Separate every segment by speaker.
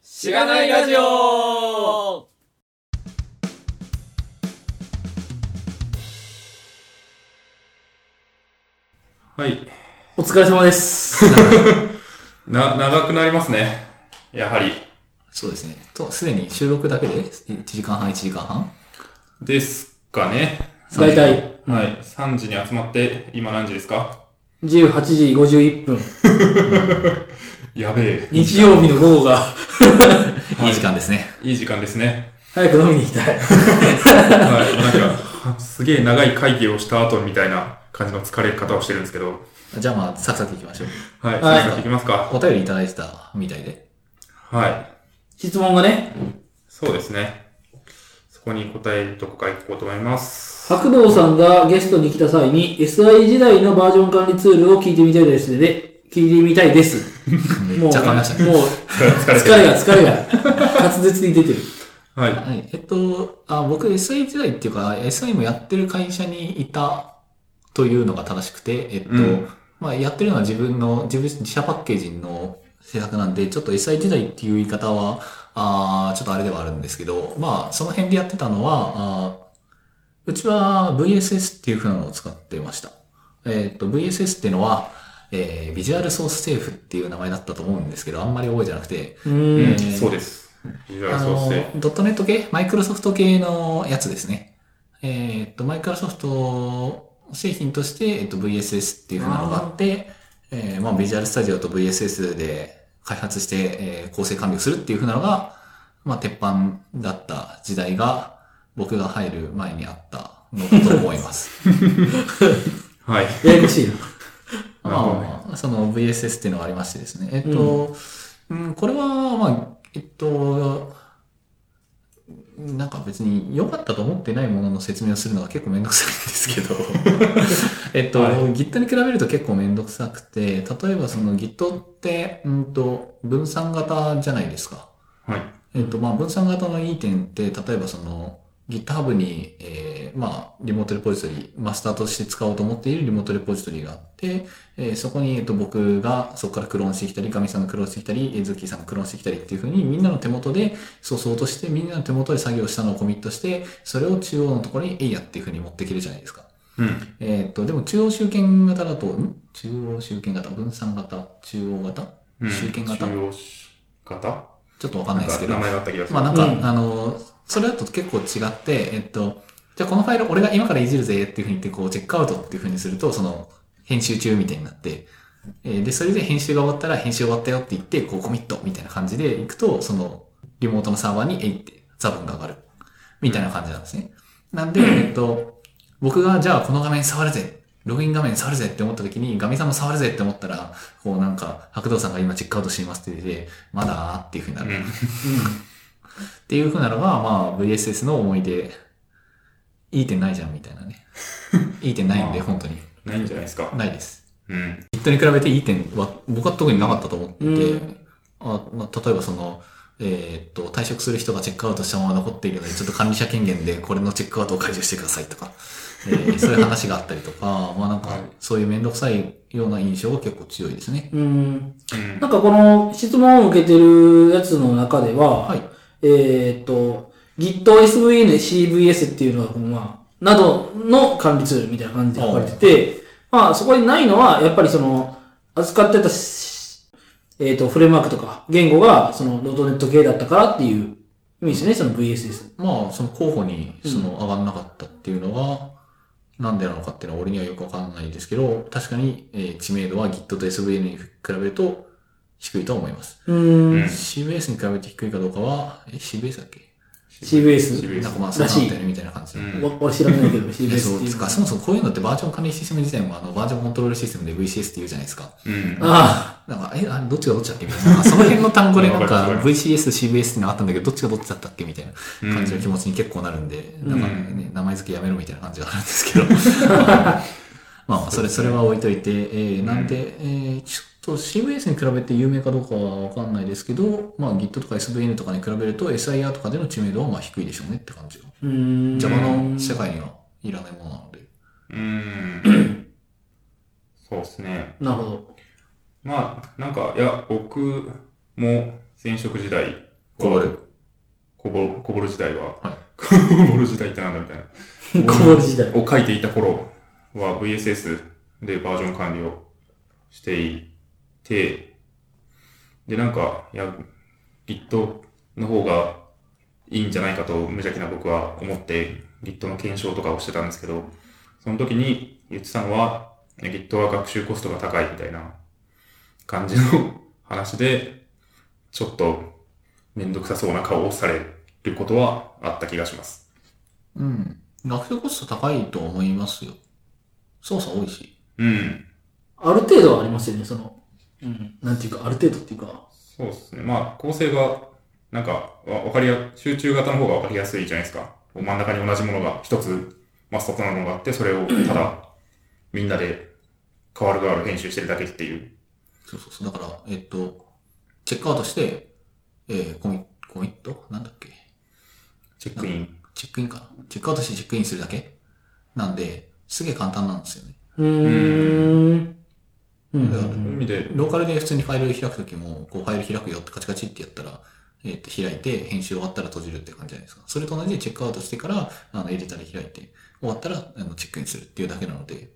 Speaker 1: しがないラジオ
Speaker 2: はい。
Speaker 1: お疲れ様です。
Speaker 2: な、長くなりますね。やはり。
Speaker 1: そうですね。と、すでに収録だけで1時間半、1時間半
Speaker 2: ですかね。
Speaker 1: 大体
Speaker 2: はい。3時に集まって、今何時ですか
Speaker 1: ?18 時51分。
Speaker 2: やべえ。
Speaker 1: 日曜日の午 後がいい時間ですね。
Speaker 2: いい時間ですね。
Speaker 1: 早く飲みに行きたい。
Speaker 2: はい。なんか、すげえ長い会議をした後みたいな感じの疲れ方をしてるんですけど。
Speaker 1: じゃあまあ、サクサク行きましょう。
Speaker 2: はい。
Speaker 1: はい
Speaker 2: 早速いきますか。
Speaker 1: お便りいただいてたみたいで。
Speaker 2: はい。
Speaker 1: 質問がね、
Speaker 2: そうですね。そこに答えどこか行こうと思います。
Speaker 3: 白道さんがゲストに来た際に SI 時代のバージョン管理ツールを聞いてみたいですね。聞いてみたいです。
Speaker 1: めっちゃ噛みましたね。
Speaker 3: もう、
Speaker 2: 疲れ疲れ
Speaker 3: 疲
Speaker 2: て
Speaker 3: れ
Speaker 2: る。
Speaker 3: が疲れが、 滑舌に出てる。
Speaker 2: はい。
Speaker 1: はい。えっと、あ僕 SI 時代っていうか、SI もやってる会社にいたというのが正しくて、えっと、
Speaker 2: うん
Speaker 1: まあやってるのは自分の、自分自社パッケージの制作なんで、ちょっと SI 時代っていう言い方は、あーちょっとあれではあるんですけど、まあその辺でやってたのは、あーうちは VSS っていう風なのを使ってました。えっと、VSS っていうのは、えー、ビジュアルソースセーフっていう名前だったと思うんですけど、あんまり覚えてなくて、
Speaker 3: う。
Speaker 2: うんん、そうです。ビジュアル
Speaker 1: あ
Speaker 2: ソース
Speaker 1: の
Speaker 2: で。、
Speaker 1: ドットネット系、マイクロソフト系のやつですね。えーっと、マイクロソフト製品として、えっと、VSS っていう風なのがあって、えーまあ、ビジュアルスタジオと VSS で開発して、えー構成完了するっていう風なのが、まあ、鉄板だった時代が、僕が入る前にあったのだと思います。
Speaker 2: はい。
Speaker 3: ややこしいな。
Speaker 1: ま
Speaker 2: なるほどね
Speaker 1: あまあ、その VSS っていうのがありましてですね。えっと、うん、これは、まあ、えっと、なんか別に良かったと思ってないものの説明をするのが結構めんどくさいん ですけど、えっと、
Speaker 2: はい
Speaker 1: Git に比べると結構めんどくさくて、例えばその Git って、うんと、分散型じゃないですか。
Speaker 2: はい。
Speaker 1: えっと、まあ、分散型のいい点って、例えばその、GitHub に、えーまあ、リモートレポジトリ、マスターとして使おうと思っているリモートレポジトリがあって、えーそこに、えっと、僕がそこからクローンしてきたり、ガミさんがクローンしてきたり、えーズッキーさんがクローンしてきたりっていうふうに、みんなの手元で、そうそうとして、みんなの手元で作業したのをコミットして、それを中央のところに、えいやっていうふうに持ってきるじゃないですか。
Speaker 2: うん。
Speaker 1: えーっと、でも中央集権型だと、ん中央集権型、分散型、中央型
Speaker 2: うん、
Speaker 1: 集権型
Speaker 2: 中央し型
Speaker 1: ちょっとわかんないですけど
Speaker 2: 名。前があった気がする。
Speaker 1: まあなんか、
Speaker 3: うん
Speaker 1: あの、それだと結構違って、えっと、じゃあこのファイル俺が今からいじるぜっていうふうに言って、こう、チェックアウトっていうふうにすると、その、編集中みたいになって、えーで、それで編集が終わったら、編集終わったよって言って、こう、コミットみたいな感じで行くと、その、リモートのサーバーに、えいって、座分が上がる。みたいな感じなんですね。なんで、えっと、僕が、じゃあこの画面触るぜ。ログイン画面触るぜって思った時に、ガミさんも触るぜって思ったら、こうなんか、白道さんが今チェックアウトしていますって言って、まだーっていうふうになる。っていう風なのが、まあ、VSS の思い出、いい点ないじゃん、みたいな ね。いい点ないんで、
Speaker 2: まあ
Speaker 1: 本当に。
Speaker 2: うん。ないんじゃないですか。
Speaker 1: ないです。
Speaker 2: うん。
Speaker 1: 人に比べていい点は、僕は特になかったと思って、
Speaker 3: うん
Speaker 1: あまあ、例えばその、えーっと、退職する人がチェックアウトしたまま残っているので、ちょっと管理者権限でこれのチェックアウトを解除してくださいとか、えーそういう話があったりとか、まあなんか
Speaker 2: はい、
Speaker 1: そういうめんどくさいような印象が結構強いですね。
Speaker 3: うん。
Speaker 2: うん
Speaker 3: なんかこの質問を受けてるやつの中では、
Speaker 1: はい。
Speaker 3: えーっと、Git SVN CVS っていうのが、まあ、などの管理ツールみたいな感じで書かれてて、まあ、そこにないのは、やっぱりその、扱ってたし、えーっと、フレームワークとか、言語が、その、ドットネット系だったからっていう意味ですね、その VSS。
Speaker 1: まあ、その候補に
Speaker 3: うん
Speaker 1: その上がんなかったっていうのが、なんでなのかっていうのは俺にはよくわかんないですけど、確かに、えー知名度は Git と SVN に比べると低いとは思います。
Speaker 3: うー
Speaker 2: うん
Speaker 3: ん。
Speaker 1: CBS に比べて低いかどうかは、え、CBS だっけ
Speaker 3: CVS。
Speaker 2: CBS
Speaker 1: なんかまあ、そうなんだよねみたいな感じで。
Speaker 2: うん
Speaker 3: わ俺知らないけど、
Speaker 1: え
Speaker 3: CVS
Speaker 1: そう
Speaker 3: っていう
Speaker 1: つかそもそもこういうのってバージョン管理システム自体もあのバージョンコントロールシステムで VCS って言うじゃないですか。
Speaker 2: うん。
Speaker 3: あ
Speaker 1: なんか、え、あれどっちがどっちだっけみたいな。なんかその辺の単語で なん
Speaker 2: わか
Speaker 1: か
Speaker 2: るわか
Speaker 1: VCS、CBS ってのあったんだけど、どっちがどっちだったっけみたいな。
Speaker 2: うん
Speaker 1: 感じの気持ちに結構なるんで、
Speaker 3: うん
Speaker 1: なんかね、名前付けやめろみたいな感じがあるんです けど。 まあまあ、それ、それは置いといて、えー、なんで、えー、ちょっと CVS に比べて有名かどうかはわかんないですけど、まあ Git とか SVN とかに比べると SIR とかでの知名度はまあ低いでしょうねって感じが。
Speaker 3: うーん。
Speaker 1: Java の世界にはいらないものなので。
Speaker 2: うん。そうですね。
Speaker 3: なるほど。
Speaker 2: まあ、なんか、いや、僕も前職時代、
Speaker 1: こぼる。
Speaker 2: こぼ、こぼる時代は、
Speaker 1: はい
Speaker 2: こぼる時代ってなんだみたいな。
Speaker 3: こぼる時代。
Speaker 2: を書いていた頃は VSS でバージョン管理をしていて、で、なんか、いや、Git の方がいいんじゃないかと無邪気な僕は思って、Git の検証とかをしてたんですけど、その時にゆっちさんは、いや Git は学習コストが高いみたいな感じの話で、ちょっとめんどくさそうな顔をされることはあった気がします。
Speaker 1: うん。学習コスト高いと思いますよ。操作多いし。
Speaker 2: うん。
Speaker 3: ある程度はありますよね、その、うん、なんていうか、ある程度っていうか、
Speaker 2: そうですね。まあ、構成が、なんか、わわかりや、集中型の方がわかりやすいじゃないですか。こう真ん中に同じものが一つ、マストとなるのがあって、それをただ、みんなで、変わる変わる編集してるだけっていう。
Speaker 1: そうそうそう。だから、えっと、チェックアウトして、えー、コミット、コミットなんだっけ
Speaker 2: チェックイン。
Speaker 1: チェックインかなチェックアウトしてチェックインするだけなんで、すげえ簡単なんですよね。
Speaker 3: うーん。うん。う
Speaker 2: そういうん意味で、
Speaker 1: ローカルで普通にファイル開くときも、こうファイル開くよってカチカチってやったら、えっと、開いて、編集終わったら閉じるって感じじゃないですか。それと同じでチェックアウトしてから、あの、エディターで開いて、終わったら、あの、チェックインするっていうだけなので、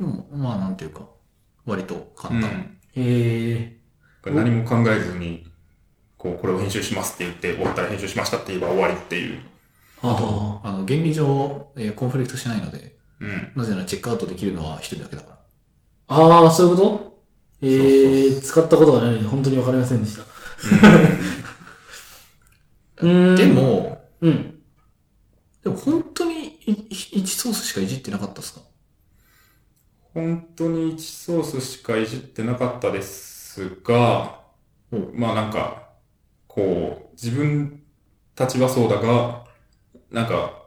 Speaker 1: うん、まあ、なんていうか、割と
Speaker 2: う
Speaker 1: 簡単。
Speaker 2: ん。
Speaker 3: え
Speaker 2: 何も考えずに、こう、これを編集しますって言って、終わったら編集しましたって言えば終わりっていう。
Speaker 3: ー。
Speaker 1: あと、あの、原理上、えーコンフリクトしないので、
Speaker 2: うん。
Speaker 1: なぜならチェックアウトできるのは一人だけだから。
Speaker 3: ああ、そういうことえ
Speaker 2: そう
Speaker 3: ー、使ったことがないので、本当にわかりませんでした。うーん。
Speaker 1: で、も、
Speaker 3: うん。
Speaker 1: でも本当に1ソースしかいじってなかったっすか
Speaker 2: 本当に1ソースしかいじってなかったですが、
Speaker 1: うん
Speaker 2: まあなんか、こう、自分たちはそうだが、なんか、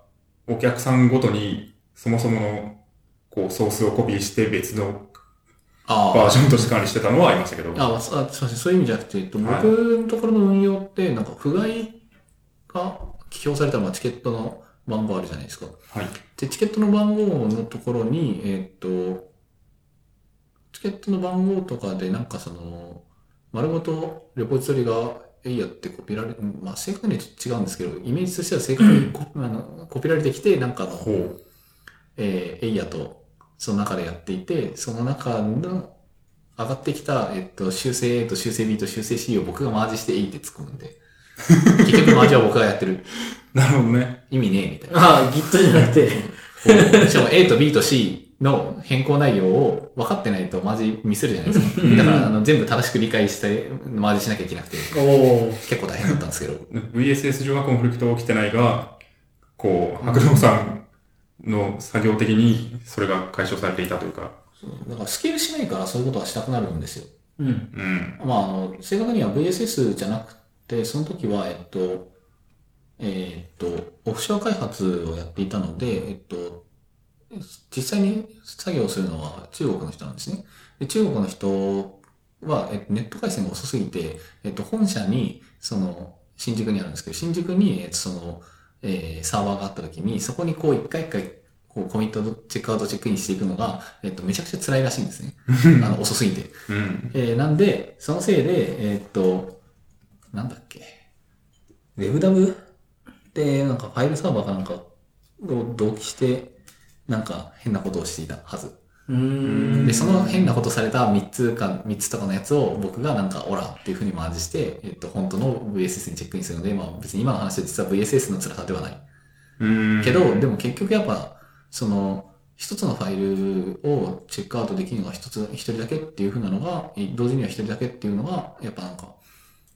Speaker 2: お客さんごとに、そもそもの、こう、ソースをコピーして別の
Speaker 1: あ
Speaker 2: バージョンとして管理してたのはありましたけど。
Speaker 1: あ、まあ、そあすいません、そういう意味じゃなくて、えっと、僕
Speaker 2: はい
Speaker 1: のところの運用って、なんか、不具合が起表された、まあ、チケットの番号あるじゃないですか。
Speaker 2: はい。
Speaker 1: で、チケットの番号のところに、えっと、チケットの番号とかで、なんかその、丸ごとレポジトリが、えいやってコピられ、うんまあ、正確には違うんですけど、イメージとしては正確に コ,、あのコピられてきて、なんかあの、
Speaker 2: ほう。
Speaker 1: えーエイヤとその中でやっていて、その中の上がってきた、えっと、修正 A と修正 B と修正 C を僕がマージして A って突っ込むんで、結局マージは僕がやってる。
Speaker 2: なるほどね。
Speaker 1: 意味ねえみたいな。
Speaker 3: ああ、Git じゃなくて。
Speaker 1: しかも A と B と C の変更内容を分かってないとマージミスるじゃないですか。だからあの全部正しく理解してマージしなきゃいけなくて、
Speaker 3: おー。
Speaker 1: 結構大変だったんですけど。
Speaker 2: VSS 上はコンフリクト起きてないが、こう、白道さんの作業的にそれが解消されていたというか。
Speaker 1: だからスケールしないからそういうことはしたくなるんですよ。
Speaker 3: うん。
Speaker 2: うん。
Speaker 1: まあ、あの、正確には VSS じゃなくて、その時は、えっと、えーっと、オフショア開発をやっていたので、えっと、実際に作業するのは中国の人なんですね。で中国の人は、えっと、ネット回線が遅すぎて、えっと、本社に、その、新宿にあるんですけど、新宿に、えっと、その、えーサーバーがあった時に、そこにこう、一回一回、こう、コミット、チェックアウト、チェックインしていくのが、えっと、めちゃくちゃ辛いらしいんですね。あの、遅すぎて。
Speaker 2: うん。
Speaker 1: えーなんで、そのせいで、えーっと、なんだっけ、WebDAV で、なんかファイルサーバーかなんかを同期して、なんか変なことをしていたはず。
Speaker 3: うーん。
Speaker 1: で、その変なことされた3つか、三つとかのやつを僕がなんか、オラっていうふうにマージして、えーっと、本当の VSS にチェックインするので、まあ別に今の話は実は VSS の辛さではない。
Speaker 2: うん。
Speaker 1: けど、でも結局やっぱ、その、一つのファイルをチェックアウトできるのが一つ、一人だけっていう風なのが、え同時には一人だけっていうのが、やっぱなんか、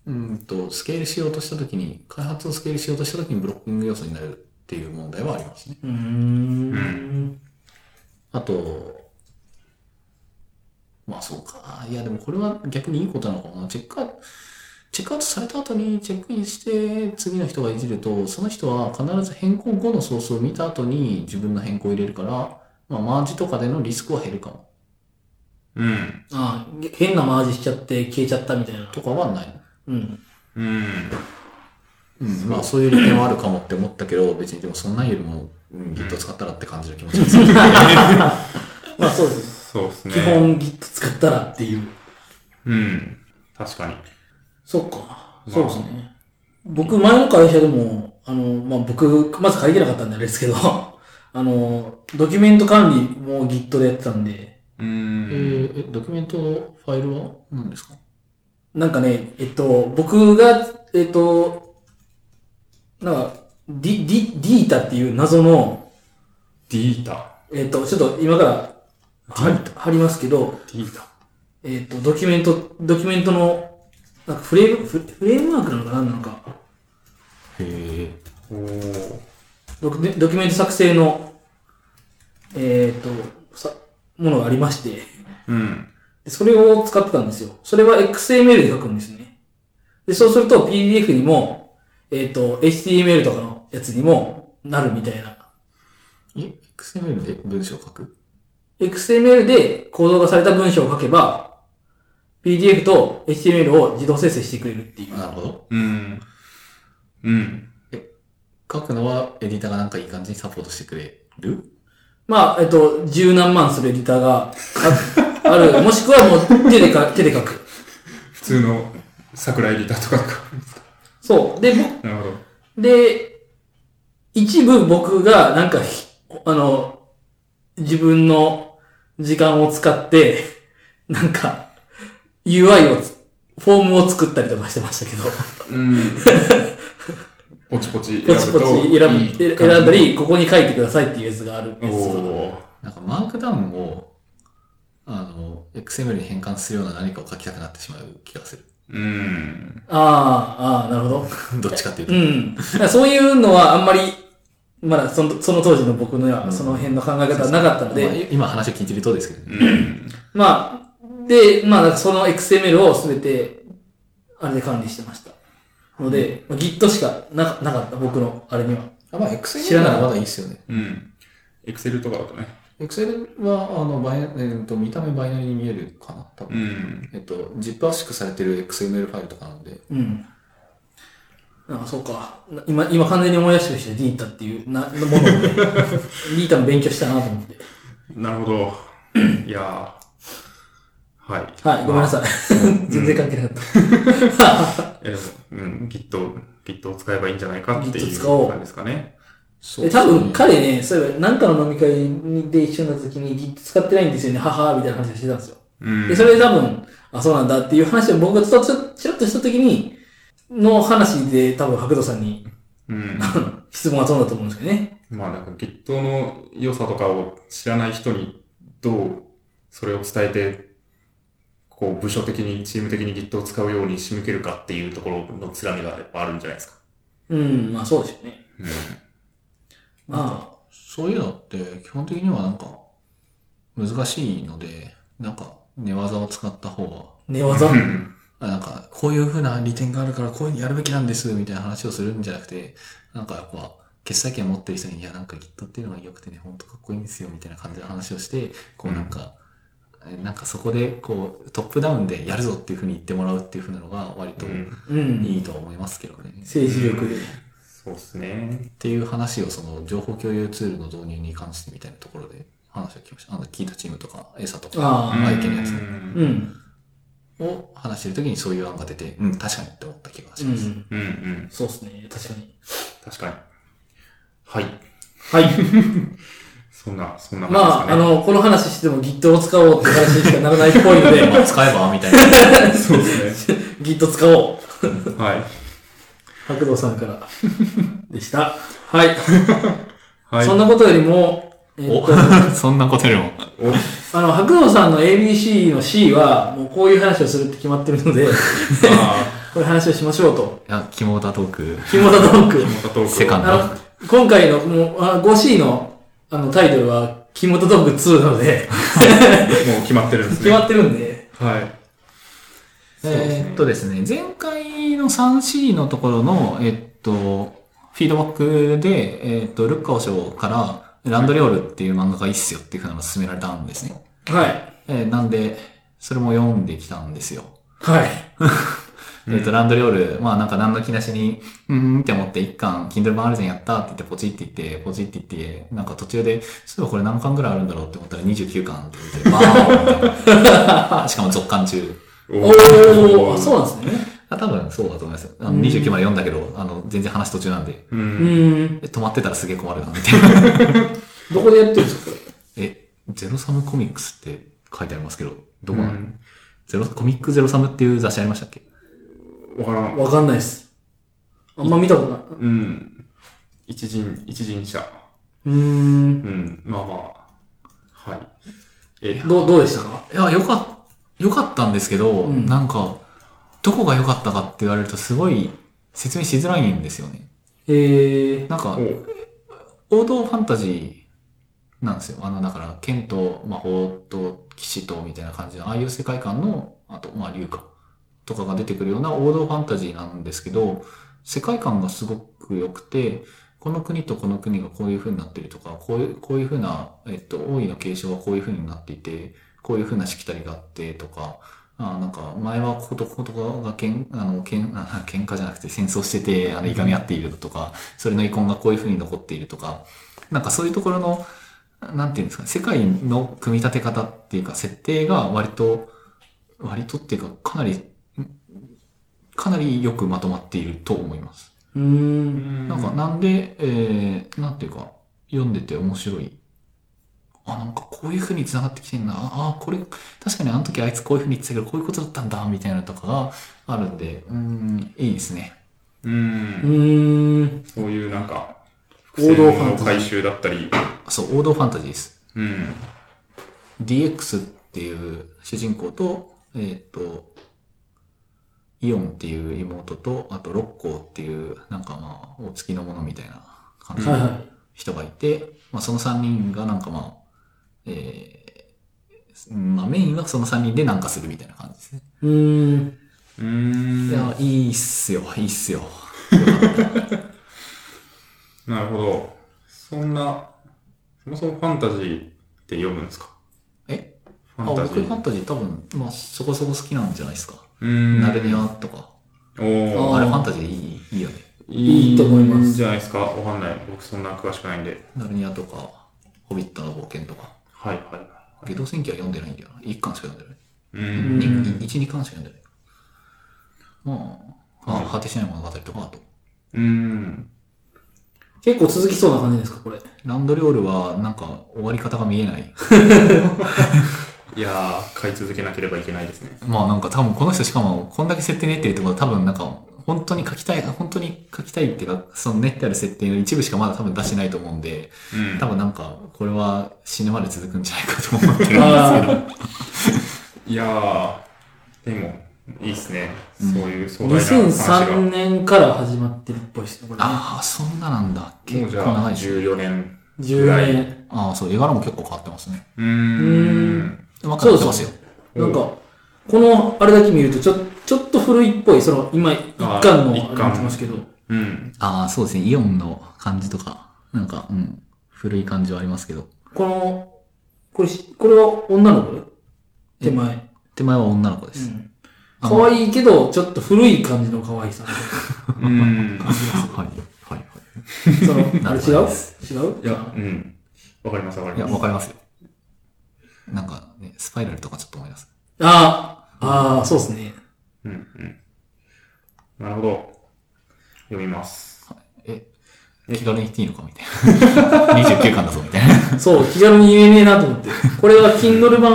Speaker 1: うーんと、スケールしようとしたときに、開発をスケールしようとしたときにブロッキング要素になるっていう問題はありますね。
Speaker 3: うーん。
Speaker 1: あと、まあそうか。いやでもこれは逆にいいことなのかな。チェックアウト、チェックアウトされた後にチェックインして次の人がいじると、その人は必ず変更後のソースを見た後に自分の変更を入れるから、まあマージとかでのリスクは減るかも。
Speaker 2: うん。
Speaker 3: ああ、げ変なマージしちゃって消えちゃったみたいな。
Speaker 1: とかはない。
Speaker 3: うん。
Speaker 2: うん。
Speaker 1: うん、まあそういう利点はあるかもって思ったけど、別にでもそんなんよりも、うん、Git 使ったらって感じの気持ちです。
Speaker 3: まあそうです。
Speaker 2: そうですね。
Speaker 3: 基。本 Git 使ったらっていう。
Speaker 2: うん。確かに。
Speaker 3: そっか。そうですね。僕、前の会社でも、あの、まあ、僕、まず書いてなかったんであれですけど、 あの、ドキュメント管理も Git でやってたんで、
Speaker 2: う
Speaker 1: え
Speaker 2: ん。
Speaker 1: ー、えドキュメントのファイルは何ですか
Speaker 3: なんかね、えっと、僕が、えっと、なんか、ディ、ディ、ディータっていう謎の、
Speaker 2: ディータ。
Speaker 3: えっと、ちょっと今から貼り、貼りますけど、
Speaker 2: ディータ。
Speaker 3: えっ、と、ドキュメント、ドキュメントの、なんかフレーム、フレフレームワークなのか何なのか、
Speaker 1: へえ。
Speaker 2: おー。
Speaker 3: ドキュメドキュメント作成の、えっ、と、さ、ものがありまして、
Speaker 2: うん。
Speaker 3: でそれを使ってたんですよ。それは XML で書くんですね。で、そうすると PDF にも、えっ、と、HTML とかのやつにもなるみたいな。
Speaker 1: え、XML で文章を書く
Speaker 3: XML で構造化された文章を書けば、PDF と HTML を自動生成してくれるっていう。
Speaker 1: なるほど。
Speaker 2: うん。うん。
Speaker 1: 書くのはエディターがなんかいい感じにサポートしてくれる
Speaker 3: まあ、えっと、十何万するエディターがあある。もしくはもう手でか、手で書く。
Speaker 2: 普通の桜入りだとかか。
Speaker 3: そう。で、ぼ
Speaker 2: なるほど。
Speaker 3: で、一部僕がなんかひ、あの、自分の時間を使って、なんか、UI をつ、フォームを作ったりとかしてました けど、
Speaker 2: うん。ポチポチ選
Speaker 3: ポ
Speaker 2: ぶ
Speaker 3: チ
Speaker 2: と。
Speaker 3: ポチ選
Speaker 2: いい
Speaker 3: ぶ、え
Speaker 2: 感じ
Speaker 3: 選んだ。り、ここに書いてくださいっていうやつがある
Speaker 2: お
Speaker 3: やつが
Speaker 2: お。
Speaker 1: なんかマークダウンを、あの、XML に変換するような何かを書きたくなってしまう気がする。
Speaker 2: うん。
Speaker 3: ああ、ああ、なるほど。
Speaker 1: どっちかっていう
Speaker 3: うん。
Speaker 1: と。
Speaker 3: だからそういうのはあんまり、まだそのその当時の僕の
Speaker 1: う
Speaker 3: は
Speaker 1: ん
Speaker 3: その辺の考え方はなかったの
Speaker 1: まあ
Speaker 3: で、
Speaker 1: 今話を聞いてるとですけどね。
Speaker 2: うん。
Speaker 3: まあ、で、まあなんかその XML をすべて、あれで管理してました。ので、まあ Git しかなかなかった、僕のあれには。
Speaker 1: あまあ、Excel
Speaker 3: 知らない
Speaker 1: ならまだいいっすよね。
Speaker 2: うん。エクセルとかだとね。
Speaker 1: Excel は、あの、バイナえーと見た目バイナリに見えるかな、多
Speaker 2: う
Speaker 1: 分。
Speaker 2: ん。
Speaker 1: えっと、ジップ圧縮されてる XML ファイルとかなので、
Speaker 3: うん。ああ、そうか。な今、今完全に思い出してましたよディータっていうな、ものをね。 ディータの勉強したなと思って。
Speaker 2: なるほど。いやー。はい。
Speaker 3: はい、ごめんなさい。全然関係なかった。
Speaker 2: いやでも、うん、Git、Git を使えばいいんじゃないかってい
Speaker 3: Git
Speaker 2: う
Speaker 3: 使おう
Speaker 2: 感じですかね。
Speaker 1: そ
Speaker 3: で、多分彼ね、そういえば何かの飲み会で一緒になった時に Git 使ってないんですよね、母みたいな話をしてたんですよ。
Speaker 2: うん。
Speaker 3: で、それで多分、あ、そうなんだっていう話を僕がちょっとちらっとした時に、の話で多分白土さ んに
Speaker 2: うん。
Speaker 3: 質問が飛んだと思うんですけどね。
Speaker 2: まあなんか Git の良さとかを知らない人にどうそれを伝えて、こう部署的に、チーム的に Git を使うように仕向けるかっていうところのつらみがやっぱあるんじゃないですか。
Speaker 3: うん、まあそうですよね。
Speaker 2: うん。
Speaker 3: まあ、
Speaker 1: そういうのって基本的にはなんか難しいので、なんか寝技を使った方が、
Speaker 3: 寝技
Speaker 2: うん
Speaker 1: あなんかこういう風な利点があるからこういうふうにやるべきなんですみたいな話をするんじゃなくて、なんかやっぱ決済権持ってる人に、いやなんか Git っていうのが良くてね、ほんとかっこいいんですよみたいな感じの話をして、こうなんか、えなんかそこでこうトップダウンでやるぞっていう風に言ってもらうっていう風なのが割と
Speaker 2: うん
Speaker 3: うん。
Speaker 1: いいと思いますけどね。
Speaker 3: 政治力で。
Speaker 2: そうですね。
Speaker 1: っていう話をその情報共有ツールの導入に関してみたいなところで話を聞きました。あの、聞いたチームとか、エサとか、
Speaker 3: あー
Speaker 1: アイケのやつ
Speaker 2: うん。
Speaker 3: うん。
Speaker 1: を話してるときにそういう案が出て、うん、確かにって思った気が
Speaker 3: う
Speaker 1: します。
Speaker 3: ん。
Speaker 2: うんうん。
Speaker 3: そうですね。確かに。
Speaker 2: 確かに。はい。
Speaker 3: はい。
Speaker 2: そんな、そんな
Speaker 3: まあ、あ
Speaker 2: ですかね。
Speaker 3: の、この話しても Git を使おうって話にしかならないっぽい ので、
Speaker 1: まあ、使えばみたいな。
Speaker 2: そうですね。
Speaker 3: Git 使おう。
Speaker 2: はい。
Speaker 3: 白道さんからでした。はい。
Speaker 2: はい。
Speaker 3: そんなことよりも、えっと、
Speaker 1: お、 そんなことよりも。
Speaker 2: お
Speaker 3: あの、白道さんの ABC の C は、もうこういう話をするって決まってるので、
Speaker 2: あ
Speaker 3: こういう話をしましょうと。
Speaker 1: いや、キモータトーク。
Speaker 3: ひもたトーク。
Speaker 2: ー、トークを
Speaker 1: セカン
Speaker 3: あの、今回の、もう、あ 5C の、あの、タイトルは、キモトトーク2なので、
Speaker 2: もう決まってるんです
Speaker 3: 決
Speaker 2: ね。
Speaker 3: まってるんで、
Speaker 2: はい。そうですね
Speaker 1: えーっとですね、前回の 3C のところの、えっと、フィードバックで、えっと、ルッカオ賞から、ランドリオールっていう漫画がいいっすよっていうふうなのを勧められたんですね。
Speaker 3: はい。
Speaker 1: えーなんで、それも読んできたんですよ。
Speaker 3: はい。
Speaker 1: えっと、ランドリオール、まあなんか何の気なしに、うーんって思って一巻、Kindle 版あるじゃん、やったって言って、ポチって言って、ポチって言って、なんか途中で、そういえばこれ何巻ぐらいあるんだろうって思ったら29巻って言って、バーンみたいなしかも続巻中。
Speaker 2: お
Speaker 3: おー、あそうなんですね。
Speaker 1: あ多分そうだと思います。あ
Speaker 3: う
Speaker 1: の
Speaker 3: ん
Speaker 1: 29まで読んだけど、あの、全然話途中なんで、
Speaker 2: う。
Speaker 3: うんん。
Speaker 1: え止まってたらすげえ困るな、みたいな。
Speaker 3: どこでやってるんですかこ
Speaker 1: え、ゼロサムコミックスって書いてありますけど、どこ
Speaker 2: う
Speaker 1: なの、
Speaker 2: ん
Speaker 1: ゼロコミックゼロサムっていう雑誌ありましたっけ
Speaker 2: わから
Speaker 3: れ
Speaker 2: ん。
Speaker 3: わかんないです。あんま見たことない。
Speaker 2: うん。一人、一人者。
Speaker 3: うーん。
Speaker 2: うん。まあまあ。はい。え、
Speaker 3: どう、どうでしたか
Speaker 1: いや、よか、よかったんですけど、
Speaker 3: うん
Speaker 1: なんか、どこが良かったかって言われるとすごい説明しづらいんですよね。
Speaker 3: えー。
Speaker 1: なんか、
Speaker 2: お
Speaker 1: 王道ファンタジーなんですよ。あの、だから、剣と魔法と騎士とみたいな感じの、ああいう世界観の、あと、まあ、竜か、とかが出てくるような王道ファンタジーなんですけど、世界観がすごく良くて、この国とこの国がこういう風になってるとか、こういう、こういう風な、えっと、王位の継承はこういう風になっていて、こういう風なしきたりがあってとか、あなんか、前はこことこことがけん、あの、けん、あ喧嘩じゃなくて戦争してて、あの、いがみ合っているとか、それの遺恨がこういう風に残っているとか、なんかそういうところの、なんていうんですか、世界の組み立て方っていうか、設定が割と、割とっていうか、かなり、んかなりよくまとまっていると思います。
Speaker 3: うー。
Speaker 2: うんん
Speaker 1: なんか、なんで、えー、なんていうか、読んでて面白い。あ、なんかこういう風に繋がってきてんな。あ、あこれ、確かにあの時あいつこういう風に言ってたけど、こういうことだったんだ、みたいなのとかがあるんで、うーん、いいですね。
Speaker 2: う。
Speaker 3: うんーん。
Speaker 2: そういうなんか、
Speaker 3: 王道ファ
Speaker 2: の
Speaker 3: ンタジー
Speaker 2: 回収だったり、
Speaker 1: そう、王道ファンタジーです。
Speaker 2: うん。
Speaker 1: DX っていう主人公と、えっ、と、イオンっていう妹と、あと、六甲っていう、なんかまあ、お付きのものみたいな感じ
Speaker 3: は
Speaker 1: の
Speaker 3: いは
Speaker 1: 人がいて、まあ、その三人がなんかまあ、えーまあ、メインはその三人でなんかするみたいな感じですね。
Speaker 3: い。うーん。
Speaker 2: うーん
Speaker 1: いや、いいっすよ、いいっす よ。
Speaker 2: なるほど。そんな、そもそもファンタジーって読むんですか
Speaker 1: え
Speaker 2: フ
Speaker 1: あ、
Speaker 2: ァンタ
Speaker 1: 僕
Speaker 2: ジ
Speaker 1: ファ
Speaker 2: ー。
Speaker 1: ンタジー多分、まあ、そこそこ好きなんじゃないですか。
Speaker 2: うーん
Speaker 1: ナルニアとか。
Speaker 2: おー
Speaker 3: あー
Speaker 1: あれファンタジーでいい、いいよね。
Speaker 3: いいと思います
Speaker 2: んじゃないですかわかんない。僕そんな詳しくないんで。
Speaker 1: ナルニアとか、ホビットの冒険とか。
Speaker 2: はいは
Speaker 1: ゲド戦記は読んでないんだよな。1巻しか読んで
Speaker 2: い。う
Speaker 1: ない。
Speaker 2: ーん。
Speaker 1: 1、2巻しか読んでない。まあ、
Speaker 2: はい
Speaker 1: あ果てしない物語とか、あと。
Speaker 2: うーん。
Speaker 3: 結構続きそうな感じですかこれ。
Speaker 1: ランドリオールは、なんか、終わり方が見えない。
Speaker 2: いやー、買い続けなければいけないですね。
Speaker 1: まあなんか多分この人しかも、こんだけ設定練ってるってことは多分なんか、本当に書きたい、本当に書きたいっていうか、その練ってある設定の一部しかまだ多分出してないと思うんで、
Speaker 2: うん。
Speaker 1: 多分なんか、これは死ぬまで続くんじゃないかと思っ てる。
Speaker 3: あ
Speaker 2: いやー、でも、いいっすね。
Speaker 1: うん
Speaker 2: そういう
Speaker 3: あ。
Speaker 2: 壮大な話が。
Speaker 3: 2003年から始まってるっぽいですね、これね。
Speaker 1: ああ、そんななんだ。結
Speaker 2: もうじ
Speaker 1: 構
Speaker 2: ゃ
Speaker 1: 長
Speaker 2: あ、
Speaker 1: いし。
Speaker 2: 14年。
Speaker 3: 10年。
Speaker 1: ああ、そう、絵柄も結構変わってますね。
Speaker 2: うーん。
Speaker 1: うまくなってますよ。
Speaker 3: なんか、この、あれだけ見ると、ちょ、ちょっと古いっぽい、その、今、一巻の、あ
Speaker 2: あ
Speaker 3: れ
Speaker 2: 一
Speaker 3: に
Speaker 2: 巻
Speaker 3: なってますけど。
Speaker 2: うん。
Speaker 1: ああ、そうですね。イオンの感じとか、なんか、うん、古い感じはありますけど。
Speaker 3: この、これし、これは女の子
Speaker 1: え
Speaker 3: 手前。
Speaker 1: 手前は女の子で
Speaker 3: う
Speaker 1: す。
Speaker 3: ん。
Speaker 1: あ
Speaker 3: 可愛いけど、ちょっと古い感じの可愛さ。
Speaker 2: うん。
Speaker 1: はい、はい、はい。
Speaker 3: その、あ
Speaker 1: な
Speaker 3: れ
Speaker 1: る
Speaker 3: 違
Speaker 1: ほ
Speaker 3: う
Speaker 1: ど
Speaker 3: 違う
Speaker 2: いや、うん。わかります、わか
Speaker 1: い
Speaker 2: り
Speaker 1: や、
Speaker 2: ま
Speaker 1: わ
Speaker 2: す。
Speaker 1: かりますよ。なんかね、スパイラルとかちょっと思い出す。
Speaker 3: ああ、ああ、そうですね。
Speaker 2: うん、うん。なるほど。読みます。
Speaker 1: え、気軽に言っていいのかみたいな。29巻だぞ、 みたいな。
Speaker 3: そう、気軽に言えねえなと思って。これは Kindle 版、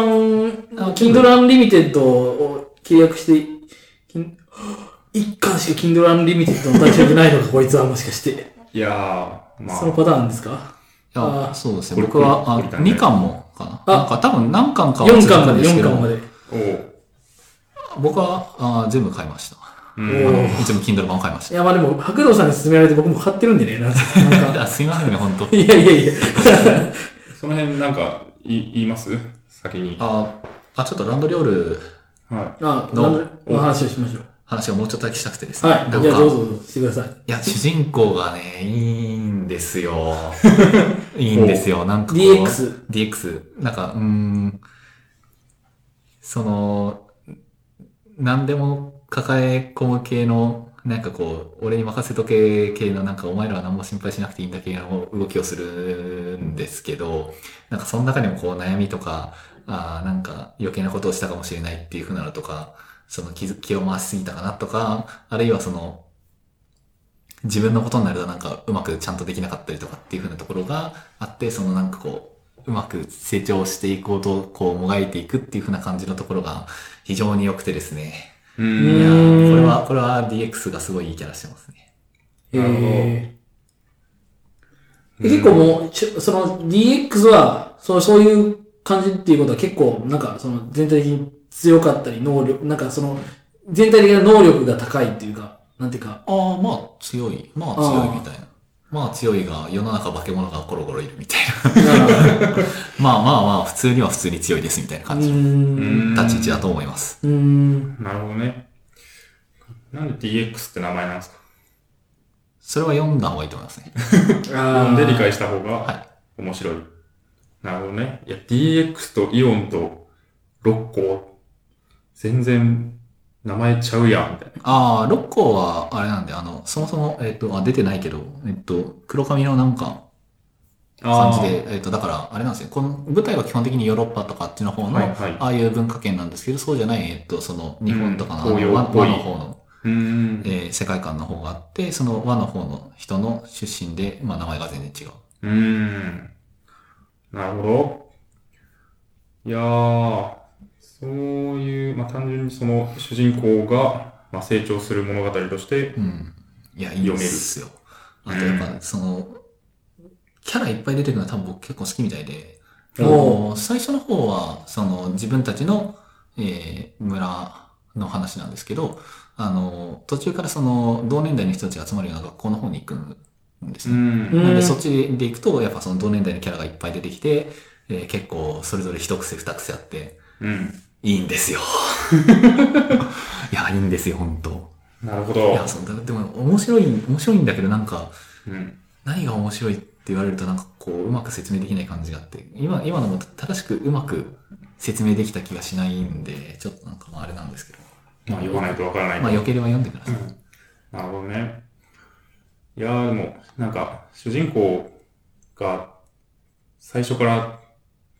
Speaker 3: Kindle Unlimited を契約して、きん一巻しか Kindle Unlimited の対象じゃないのか、こいつはもしかして。
Speaker 2: いやー、ま
Speaker 3: その
Speaker 2: あ、
Speaker 3: パターンですか
Speaker 1: い
Speaker 3: あー
Speaker 1: や、そうです
Speaker 2: こ
Speaker 1: ね。
Speaker 2: れ
Speaker 1: 僕は、
Speaker 2: こ
Speaker 1: あ
Speaker 2: れこれだね
Speaker 1: 2巻もかな。
Speaker 3: あ
Speaker 1: なんか多分何巻かは
Speaker 3: ?4 巻
Speaker 1: 続
Speaker 3: ま
Speaker 1: くん
Speaker 3: で、
Speaker 1: すけ
Speaker 3: 4
Speaker 1: ど
Speaker 3: 巻まで。
Speaker 2: おう。
Speaker 1: 僕はあー全部買いました。
Speaker 2: うん。
Speaker 3: おう
Speaker 1: いつも Kindle 版買いまし
Speaker 3: いや、まあでも、白道さんに勧められて僕も買ってるんでね、なんか。なん
Speaker 1: た。
Speaker 3: か
Speaker 1: あすいませんね、本当
Speaker 3: いやいやいや。
Speaker 2: その辺なんか、い、言います先に。
Speaker 1: あーあ、ちょっとランドリオール
Speaker 2: は
Speaker 3: あ、
Speaker 1: どう
Speaker 3: なんでお話をしましょう。
Speaker 1: 話をもうちょっとだけしたくてですね。
Speaker 3: はい。
Speaker 1: なん
Speaker 3: じゃあ、
Speaker 1: か
Speaker 3: どうぞどうぞしてください。
Speaker 1: いや、主人公がね、いいんで すよ。いいんですよ。なんかこう
Speaker 3: DX。
Speaker 1: DX。なんか、うーん。その、何でも抱え込む系の、なんかこう、俺に任せとけ系の、なんかお前らは何も心配しなくていいんだ系の動きをするんですけど、なんかその中にもこう悩みとか、あーなんか余計なことをしたかもしれないっていう風なのとか、その気づ気を回しすぎたかなとか、あるいはその、自分のことになるとなんかうまくちゃんとできなかったりとかっていうふうなところがあって、そのなんかこう、うまく成長していこうと、こうもがいていくっていうふうな感じのところが非常に良くてですね。
Speaker 2: う
Speaker 1: い
Speaker 2: ん。
Speaker 1: や
Speaker 3: うん
Speaker 1: ーこれは、これは DX がすごいいいキャラしてますね。
Speaker 3: え
Speaker 2: なるほど
Speaker 3: えで結構もう、ちょその DX は、そう、そういう感じっていうことは結構、なんかその全体的に強かったり、能力、なんかその、全体的な能力が高いっていうか、なんてい うか、
Speaker 1: ああ、まあ強い。まあ強いみたいな。まあ強いが、世の中化け物がゴロゴロいるみたいな。 まあまあまあ、普通には普通に強いですみたいな
Speaker 3: う
Speaker 1: 感じの
Speaker 3: ん。
Speaker 1: 立ち位置だと思います。
Speaker 3: うん。
Speaker 2: なるほどね。なんで DX って名前なんですか
Speaker 1: それは読んだ方がいいと思いますね。
Speaker 2: 読んで理解した方が
Speaker 1: は
Speaker 2: 面白い。なるほどね。いや、DX とイオンと6個、全然名前ちゃうやん、みたいな。
Speaker 1: ああ、六甲は、あれなんで、あの、そもそも、えっと、あ、出てないけど、えっと、黒髪のなんか、感じで、えっと、だから、あれなんですよ。この舞台は基本的にヨーロッパとかあっちの方の、
Speaker 2: はいはい
Speaker 1: ああいう文化圏なんですけど、そうじゃない、えっと、その、日本とかの、あ
Speaker 2: うん
Speaker 1: の
Speaker 2: 東洋
Speaker 1: 和
Speaker 2: っぽい
Speaker 1: 和の方の、
Speaker 2: うーん。
Speaker 1: えー世界観の方があって、その和の方の人の出身で、まあ、名前が全然違う。
Speaker 2: うーん。なるほど。いやー、そういう、まあ、単純にその主人公が、まあ、成長する物語として、
Speaker 1: うん。いや、いいんですよ。あと、やっぱ、その、キャラいっぱい出てくるのは多分僕結構好きみたいで、あ
Speaker 3: お
Speaker 1: の最初の方は、その、自分たちの、えー村の話なんですけど、あの、途中からその、同年代の人たちが集まるような学校の方に行くんです
Speaker 2: う
Speaker 1: ね。
Speaker 2: ん。
Speaker 1: なん
Speaker 3: うん
Speaker 1: で、そっちで行くと、やっぱその同年代のキャラがいっぱい出てきて、えー結構、それぞれ一癖二癖あって、
Speaker 2: うん。
Speaker 1: いいんですよ。いや、いいんですよ、本当
Speaker 2: なるほ
Speaker 1: い
Speaker 2: ど
Speaker 1: や、。そうだでも、面白い、面白いんだけど、なんか、
Speaker 2: うん。
Speaker 1: 何が面白いって言われると、なんかこう、うまく説明できない感じがあって、今、今のも正しくうまく説明できた気がしないんで、ちょっとなんかまああれなんですけど。
Speaker 2: まあ、言わないとわからない。
Speaker 1: まあ、良ければ読んでください。
Speaker 2: なるほどね。いやー、でも、なんか、主人公が最初から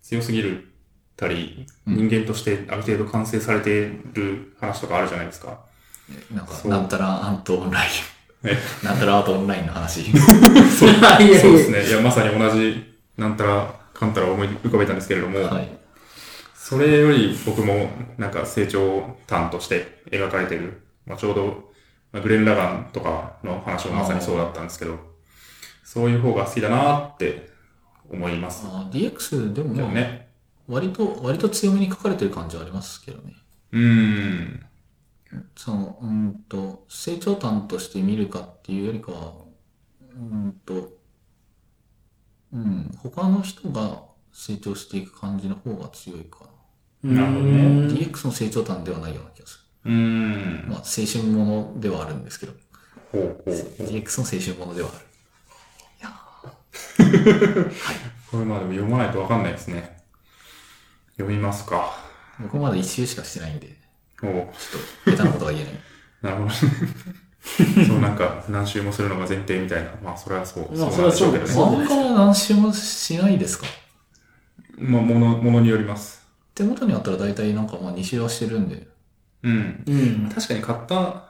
Speaker 2: 強すぎるたり、
Speaker 1: うん
Speaker 2: 人間としてある程度完成されてる話とかあるじゃないですか。
Speaker 1: なんか、
Speaker 2: そう
Speaker 1: なんたらアートオンライ
Speaker 2: ね
Speaker 1: ン。なんたらアートオンライン の話。
Speaker 3: そう いやいや
Speaker 2: そうですね。いや、まさに同じ、なんたら、かんたらを思い浮かべたんですけれども、
Speaker 1: はい。
Speaker 2: それより僕も、なんか成長端として描かれてる、まあ、ちょうど、まあグレン・ラガンとかの話もまさにそうだったんですけど、そういう方が好きだなーって思います。
Speaker 1: あー DX でも
Speaker 2: でも
Speaker 1: ね、
Speaker 2: ね、
Speaker 1: 割と、割と強めに書かれてる感じはありますけどね。
Speaker 2: うーん、
Speaker 1: その、うんと、成長端として見るかっていうよりかは、うんと、うん、他の人が成長していく感じの方が強いか
Speaker 2: なるほどね
Speaker 1: な。
Speaker 3: うん
Speaker 1: DX の成長端ではないような気がす
Speaker 2: うー
Speaker 1: る。
Speaker 2: ん、
Speaker 1: まあ、青春ものではあるんですけど、
Speaker 2: ほうほうほう。
Speaker 1: DX の青春ものではある。
Speaker 2: これまでも読まないとわかんないですね。読みますか。
Speaker 1: 僕まだ一周しかしてないんで、
Speaker 2: ほう。
Speaker 1: ちょっと下手なこと は言えな
Speaker 2: なる
Speaker 1: い。
Speaker 2: ほど。 そう、なんか、何周もするのが前提みたいな。まあ、それはそう。
Speaker 3: まあ
Speaker 2: なんでしょけど
Speaker 3: それはそう
Speaker 1: 漫画は何周もしないですかっ
Speaker 2: まあ、もの、ものによります。
Speaker 1: てことにあったら大体なんかまあ2周はしてるんで、
Speaker 2: うん。
Speaker 3: うん。
Speaker 2: 確かに買った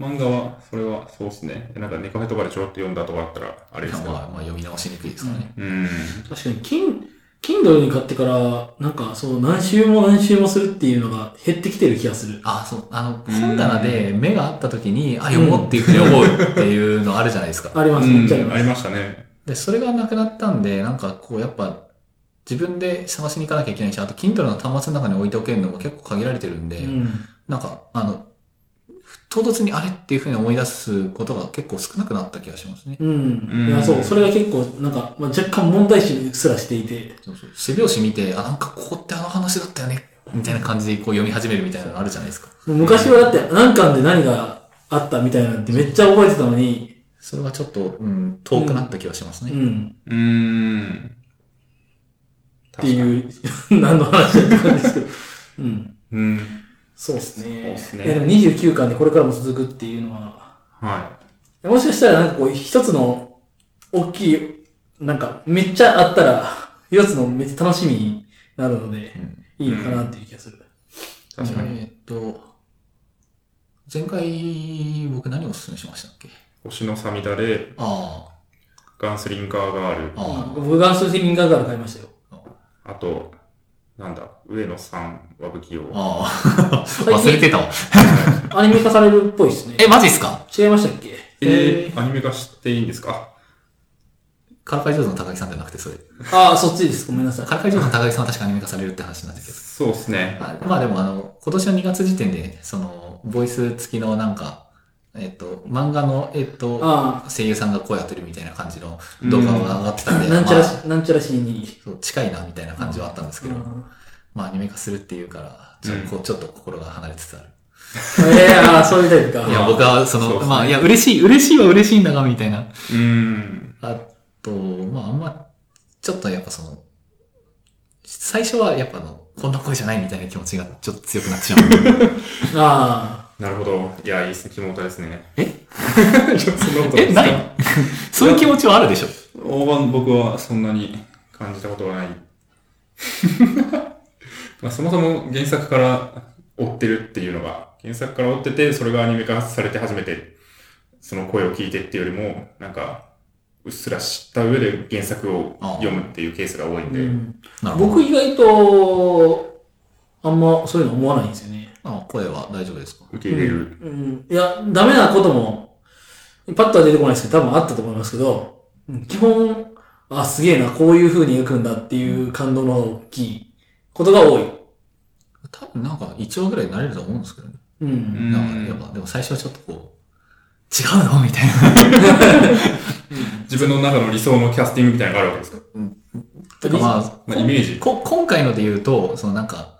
Speaker 2: 漫画は、それはそうですね。なんか、ネカフェとかでちょろっと読んだとかだったら、あれ
Speaker 1: い
Speaker 2: で
Speaker 1: や
Speaker 2: すけ
Speaker 1: まあ
Speaker 2: ど。
Speaker 1: まあ読み直しにくいですからね。
Speaker 2: うん。
Speaker 3: 確かに、金、Kindle に買ってから、なんか、そう、何周も何周もするっていうのが減ってきてる気がする。
Speaker 1: あ、そう、あの、本棚で目が合った時に、あ、読もうっていうふうに思うっていうのあるじゃないですか。
Speaker 3: ありますね。じゃあ
Speaker 2: うんありましたね。
Speaker 1: で、それがなくなったんで、なんかこう、やっぱ、自分で探しに行かなきゃいけないし、あと、Kindle の端末の中に置いておけるのも結構限られてるんで、
Speaker 3: うん。
Speaker 1: なんか、あの、唐突にあれっていうふうに思い出すことが結構少なくなった気がしますね。
Speaker 3: うん。いうや、
Speaker 2: ん
Speaker 3: そう、それが結構、なんか、まあ、若干問題視すらしていて。
Speaker 1: そうそう。背拍子見て、あ、なんかここってあの話だったよね、みたいな感じでこう読み始めるみたいなのあるじゃないですか。
Speaker 3: 昔はだって、何巻で何があったみたいなんてめっちゃ覚えてたのに、
Speaker 1: それはちょっと、うん、遠くなった気がします
Speaker 3: う
Speaker 1: ね。
Speaker 3: ん。
Speaker 2: うーん。
Speaker 3: っていう、何の話だったんですけど。うん。
Speaker 2: うん。
Speaker 3: そうですね。
Speaker 2: そうっすね
Speaker 3: いや、でも29巻でこれからも続くっていうのは、
Speaker 2: は
Speaker 3: もしかしたらなんかこう一つの大きい、なんかめっちゃあったら、一つのめっちゃ楽しみになるので、
Speaker 1: うん
Speaker 3: いいのかなっていう気がする。
Speaker 2: い。確かに。
Speaker 1: えーっと、前回、僕何をお勧めしましたっけ
Speaker 2: 星のさみだれ、
Speaker 1: あ
Speaker 2: ガンスリンガーガー
Speaker 1: あ、
Speaker 2: ル、
Speaker 1: あ
Speaker 3: 僕がそれでミンガーガール買いましたよ。
Speaker 2: あと、なんだ、上野さんは不器用
Speaker 1: あ、。ああ、 忘れてたわ。
Speaker 3: アニメ化されるっぽいですね。
Speaker 1: え、マジっすか
Speaker 3: 違いましたっけ
Speaker 2: えー、アニメ化していいんですか
Speaker 1: からかい上手の高木さんじゃなくて、それ。
Speaker 3: ああ、そっちです。ごめんなさい。
Speaker 1: からかい上手の高木さんは確かアニメ化されるって話なんですけど。
Speaker 2: そうですね。
Speaker 1: あまあでもあの、今年の2月時点で、その、ボイス付きのなんか、えっと、漫画の、えっと、
Speaker 3: あ
Speaker 1: 声優さんが声当てるみたいな感じの動画が上がってた
Speaker 3: あ、
Speaker 1: んで、
Speaker 3: なんちゃら
Speaker 1: まあ
Speaker 3: し、なんちゃらしに。
Speaker 1: そう近いなみたいな感じはあったんですけど、まあアニメ化するっていうから、ちょ
Speaker 2: うん
Speaker 1: こうちょっと心が離れつつある。
Speaker 3: ええああ、そういうタイプか。
Speaker 1: いや、僕はその、
Speaker 2: そうですね
Speaker 1: まあ、いや、嬉しい、嬉しいは嬉しいんだが、みたいな。
Speaker 2: うーん。
Speaker 1: あと、まあ、あんま、ちょっとやっぱその、最初はやっぱあの、こんな声じゃないみたいな気持ちがちょっと強くなっ てしまう。
Speaker 3: あ
Speaker 2: なるほど。いや、いいっすね。肝たですね。
Speaker 1: え
Speaker 2: ちょっとそんなこと
Speaker 1: え、ないそういう気持ちはあるでしょ
Speaker 2: 大盤僕はそんなに感じたことはない。 まあ、そもそも原作から追ってるっていうのが、原作から追ってて、それがアニメ化されて初めて、その声を聞いてっていうよりも、なんか、うっすら知った上で原作を読むっていうケースが多い
Speaker 3: あ、
Speaker 2: ん
Speaker 3: う
Speaker 2: で。
Speaker 3: ん。
Speaker 1: なるほど。
Speaker 3: 僕意外と、あんまそういうの思わないんですよね。
Speaker 1: あ声は大丈夫ですか
Speaker 2: 受け入れる。
Speaker 3: うん。いや、ダメなことも、パッとは出てこないですけど、多分あったと思いますけど、うん基本、あ、すげえな、こういう風に描くんだっていう感動の方が大きいことが多い。
Speaker 1: 多分なんか一応ぐらいになれると思うんですけどね。
Speaker 3: う。
Speaker 2: うん
Speaker 1: なん
Speaker 2: ん
Speaker 1: かやっぱ、でも最初はちょっとこう、違うのみた いな。
Speaker 2: 自分の中の理想のキャスティングみたいなのがあるわけですか、
Speaker 1: とかまあ、
Speaker 2: まあ、イメージ。
Speaker 1: こ今回ので言うと、そのなんか、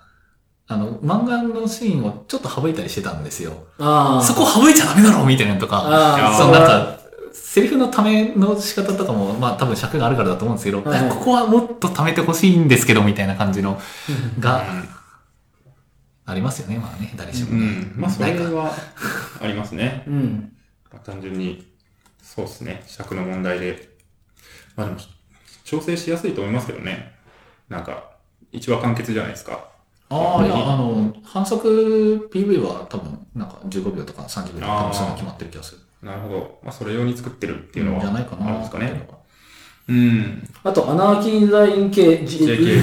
Speaker 1: あの、漫画のシーンをちょっと省いたりしてたんですよ。
Speaker 3: ああ。
Speaker 1: そこ省いちゃダメだろみたいなのとか、
Speaker 3: ああ、
Speaker 1: そ
Speaker 2: あ
Speaker 1: う
Speaker 2: ー
Speaker 1: なんか、セリフのための仕方とかも、まあ多分尺があるからだと思うんですけど、
Speaker 3: はい
Speaker 1: ここはもっと貯めてほしいんですけど、みたいな感じのがありますよね、まあね、誰しも
Speaker 2: う
Speaker 1: ね。
Speaker 2: ん。まあ、そ
Speaker 1: な
Speaker 2: れ
Speaker 1: いか。
Speaker 2: はありますね。
Speaker 3: うん。
Speaker 2: まあ単純に、そうですね、尺の問題で。まあでも、調整しやすいと思いますけどね。なんか、一話完結じゃないですか。
Speaker 1: ああ、いや、あの、反則 PV は多分、なんか15秒とか30秒とか、多分そんな決まってる気がする。
Speaker 2: なるほど。まあ、それ用に作ってるっていうのは、
Speaker 1: じゃないかな。
Speaker 2: あるんですかね。うん。
Speaker 3: あと、アナーキン・ザ・イン系、JK
Speaker 2: ジェイケイ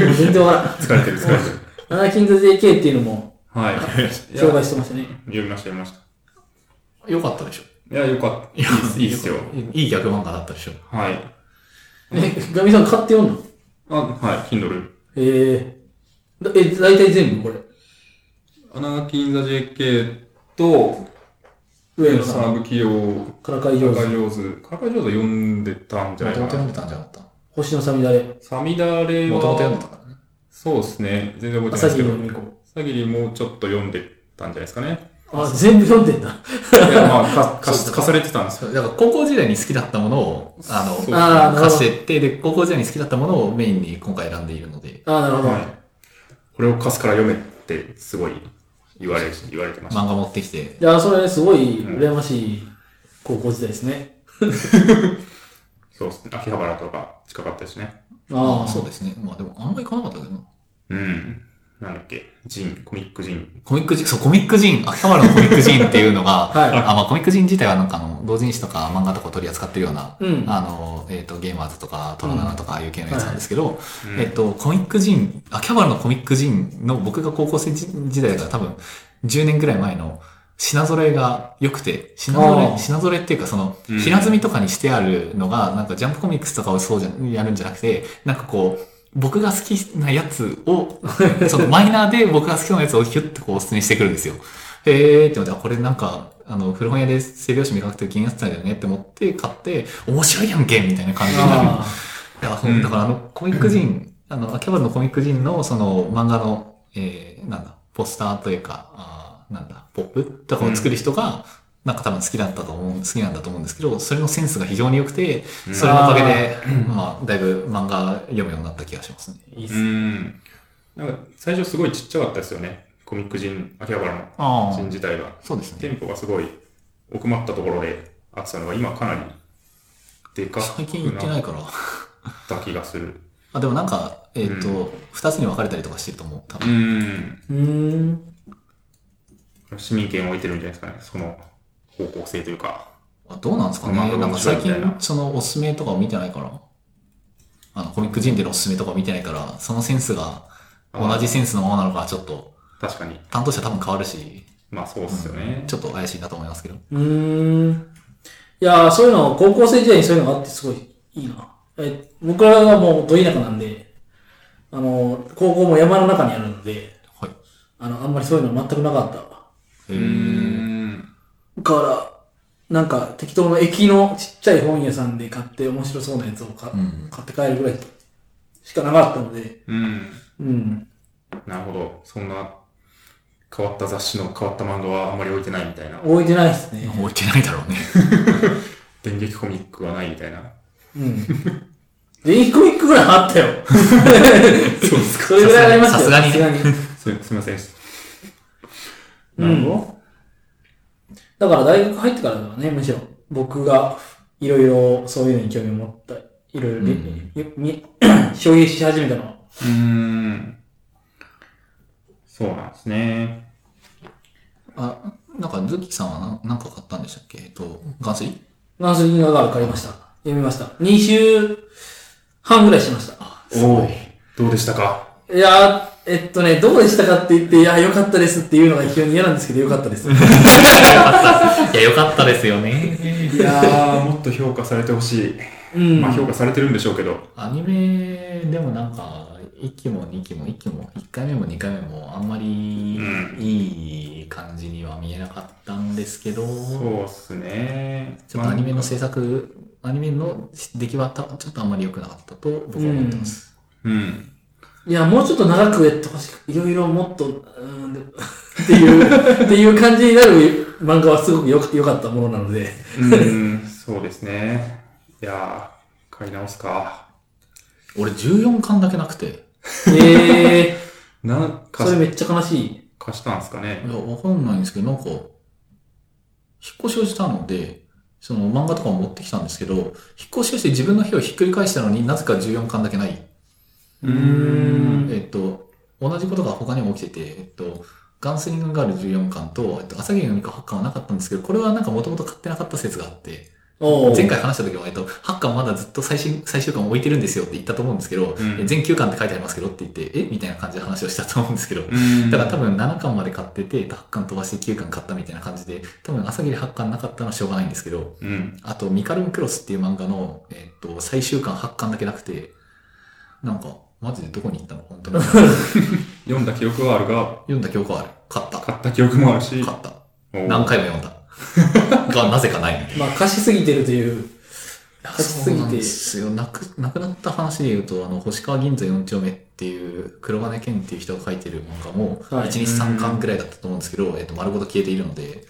Speaker 3: JK も全然わか
Speaker 2: 疲れてる、疲れてる。
Speaker 3: らん。アナーキン・ザ・ JK っていうのも
Speaker 2: はい。いや
Speaker 3: 紹 介してましたね。
Speaker 2: 読みました、読みました。
Speaker 1: よかったでしょ。
Speaker 2: いや、よかった。いいっすいいっすよ。
Speaker 1: いい逆漫画だったでしょ。
Speaker 2: はい。
Speaker 3: え、ガミさん買って読んだの
Speaker 2: あ、はい、Kindle。
Speaker 3: えー、だえ、大体全部こ
Speaker 2: アナーキン・ザ・ JK と、
Speaker 3: れ。上野さ
Speaker 2: サー
Speaker 3: ん、
Speaker 2: ブ起用、
Speaker 3: からかい
Speaker 2: カ
Speaker 3: 上
Speaker 2: ラカ
Speaker 3: 手、
Speaker 2: 上手。カラカ上手読んでたんじゃ
Speaker 1: も
Speaker 2: ない
Speaker 1: と
Speaker 2: か
Speaker 1: も
Speaker 2: な。
Speaker 1: と読んでたんじゃなかった。も
Speaker 3: 星のさみだれ、
Speaker 2: サミダレは、
Speaker 1: ともと読んでたからね。
Speaker 2: そうですね。全然覚えて
Speaker 3: 朝
Speaker 2: ない
Speaker 3: 日
Speaker 2: です
Speaker 3: の
Speaker 2: けど。
Speaker 3: みこ。
Speaker 2: サギリもうちょっと読んでたんじゃないですかね。
Speaker 3: あ、全部読んでんだ。
Speaker 2: いや、まあ、か、か
Speaker 1: そうそう
Speaker 2: 貸されてたんですよ。
Speaker 1: そうだから高校時代に好きだったものを、あの、
Speaker 2: そう
Speaker 3: ああ、なる
Speaker 1: 貸
Speaker 3: ほ
Speaker 1: し
Speaker 3: ど。
Speaker 1: てって、で、高校時代に好きだったものをメインに今回選んでいるので、
Speaker 3: あーなるほど。
Speaker 2: はい。これを貸すから読めって、すごい言われ、言われてました。
Speaker 1: 漫画持ってきて、
Speaker 3: いや、それすごい羨ましい高校時代ですね。
Speaker 2: そうですね。秋葉原とか近かったですね。
Speaker 3: ああ、
Speaker 1: そう
Speaker 3: そ
Speaker 1: ですね。まあでも、あんまり行かなかったけどな、
Speaker 2: うん。なんだっけ。ジン、コミックジン。
Speaker 1: コミック人、そう、コミック人、秋葉原のコミック人っていうのが、
Speaker 3: はい
Speaker 1: あまあ、コミック人自体はなんかあの、同人誌とか漫画とかを取り扱ってるような、
Speaker 3: うん
Speaker 1: あの、えっ、と、ゲーマーズとか、トラナナとか、ああいう系のやつなんですけど、
Speaker 2: うん
Speaker 1: えっと、コミック人、秋葉原のコミック人の僕が高校生時時代だから多分、10年ぐらい前の品揃えが良くて、品揃
Speaker 3: ああ
Speaker 1: え、品揃えっていうかその、
Speaker 2: うん
Speaker 1: 平積みとかにしてあるのが、なんかジャンプコミックスとかをそうじゃ、やるんじゃなくて、なんかこう、僕が好きなやつ を、そのマイナーで僕が好きなやつをヒュッとこうおすすめしてくるんですよ。へーって思って、あこれなんか、あの、古本屋で性拍子見かけて気になってたんだよねって思って買って、面白いやんけみたいな感じになる。
Speaker 3: あ
Speaker 1: いや、
Speaker 2: うん
Speaker 1: だからあの、コミック人、あの、秋葉原のコミック人の、その、漫画の、えー、なんだ、ポスターというか、あーなんだ、ポップとかを作る人が、なんか多分好きだったと思う、好きなんだと思うんですけど、それのセンスが非常に良くて、
Speaker 2: うん
Speaker 1: それのおかげで、まあ、だいぶ漫画読むようになった気がしますね。
Speaker 3: あ、いいっす
Speaker 2: う。ん。なんか、最初すごいちっちゃかったですよね。コミックジン、秋葉原
Speaker 1: あ
Speaker 2: のジン自体が。
Speaker 1: そうですね。
Speaker 2: 店舗がすごい奥まったところであってたのが、今かなりでか
Speaker 1: 最近
Speaker 2: く
Speaker 1: 行ってな
Speaker 2: なっ
Speaker 1: いから。
Speaker 2: た気がする。
Speaker 1: あ、でもなんか、えっ、と、二、つに分かれたりとかしてると思う、多
Speaker 2: う
Speaker 1: 分。
Speaker 2: ん。
Speaker 3: うーん。
Speaker 2: こ市民権を置いてるんじゃないですかね。その方向性というか。
Speaker 1: あどうなんですかね
Speaker 2: まあ
Speaker 1: なんか最近
Speaker 2: 面白いみたい、な
Speaker 1: そのおすすめとかを見てないから、あの、コミック人でのおすすめとかを見てないから、そのセンスが同じセンスのままなのか、ちょっと、
Speaker 2: 確かに。
Speaker 1: 担当者多分変わるし、
Speaker 2: まあそうっすよね。
Speaker 1: ちょっと怪しいなと思いますけど。
Speaker 3: うーん。いやー、そういうの、高校生時代にそういうのがあってすごいいいな。え僕らはもうど田舎なんで、あの、高校も山の中にあるので、
Speaker 1: はい。
Speaker 3: あの、あんまりそういうの全くなかった
Speaker 1: え
Speaker 2: う
Speaker 1: ー、
Speaker 2: ん。
Speaker 3: から、なんか適当な駅のちっちゃい本屋さんで買って面白そうなやつをか、
Speaker 1: うん
Speaker 3: 買って帰るぐらいしかなかったので、
Speaker 2: うん。
Speaker 3: うん。
Speaker 2: なるほど。そんな変わった雑誌の変わった漫画はあんまり置いてないみたいな。
Speaker 3: 置いてないですね。
Speaker 1: 置いてないだろうね。
Speaker 2: 電撃コミックはないみたいな。
Speaker 3: うん。電気コミックぐらいあったよ。
Speaker 2: そうです
Speaker 3: それぐらいありましたよ。
Speaker 1: さすが
Speaker 3: さすがに。
Speaker 2: すすみません。
Speaker 3: う
Speaker 2: なんるほ
Speaker 3: だから大学入ってからだよね、むしろ。僕が、いろいろそういうのに興味を持った、いろいろり、み衝撃し始めたのは。
Speaker 2: ど。うん。そうなんですね。
Speaker 1: あ、なんか、ズッキーさんはななんか買ったんでしたっけえっと、ガンスリ
Speaker 3: ナースリングが借りました。読みました。2週半ぐらいしました。
Speaker 2: おおどうでしたか
Speaker 3: いやー、えっとね、どうでしたかって言って、いや、良かったですっていうのが非常に嫌なんですけど、良かっ たです。い
Speaker 1: いや、よかったですよね。
Speaker 2: いやー、もっと評価されてほしい。
Speaker 3: うん。
Speaker 2: まあ評価されてるんでしょうけど。
Speaker 1: アニメ、でもなんか、1期も2期も1期も、1回目も2回目も、あんまり
Speaker 2: うん
Speaker 1: いい感じには見えなかったんですけど、
Speaker 2: そうっすね。
Speaker 1: ちょっとアニメの制作、アニメの出来はたちょっとあんまり良くなかったと僕は思ってます。
Speaker 2: うん。
Speaker 3: いや、もうちょっと長くやってほしく、いろいろもっと、うーん、でっていう、っていう感じになる漫画はすごくよく良かったものな ので。
Speaker 2: うん、そうですね。いやー、買い直すか。
Speaker 1: 俺14巻だけなくて、
Speaker 3: ええ
Speaker 2: なん
Speaker 3: ー、
Speaker 2: か
Speaker 3: それめっちゃ悲しい。
Speaker 2: 貸したんですか
Speaker 1: い
Speaker 2: ね。
Speaker 1: や、わかんないんですけど、なんか、引っ越しをしたので、その漫画とかも持ってきたんですけど、引っ越しをして自分の部屋をひっくり返したのになぜか14巻だけない。
Speaker 2: うー
Speaker 3: ん
Speaker 1: えっと、同じことが他にも起きてて、えっと、ガンスリングガール14巻と、えっと、朝霧の2か8巻はなかったんですけど、これはなんかもともと買ってなかった説があって、
Speaker 3: おう
Speaker 1: 前回話した時も、えっと、8巻まだずっと最新、最終巻置いてるんですよって言ったと思うんですけど、
Speaker 2: うん
Speaker 1: え全9巻って書いてありますけどって言って、えみたいな感じで話をしたと思うんですけど、
Speaker 2: うん
Speaker 1: だから多分7巻まで買ってて、8巻飛ばして9巻買ったみたいな感じで、多分朝霧8巻なかったのはしょうがないんですけど、
Speaker 2: うん。
Speaker 1: あと、ミカルンクロスっていう漫画の、えっと、最終巻8巻だけなくて、なんか、マジでどこに行ったの本当に。
Speaker 2: 読んだ記憶はあるが、
Speaker 1: 読んだ記憶はある。買った。買
Speaker 2: 買った記憶もあるし、
Speaker 1: った。
Speaker 2: お
Speaker 1: 何回も読んだ。 が、なぜかない。
Speaker 3: まあ、貸しすぎてるという。貸しす
Speaker 1: そう
Speaker 3: ぎ
Speaker 1: なん
Speaker 3: て
Speaker 1: で。すよ。なく、なくなった話で言うと、あの、星川銀座4丁目っていう、黒金健っていう人が書いてる漫画も、
Speaker 3: はい
Speaker 1: 1日3巻くらいだったと思うんですけど、えっと、丸ごと消えているので、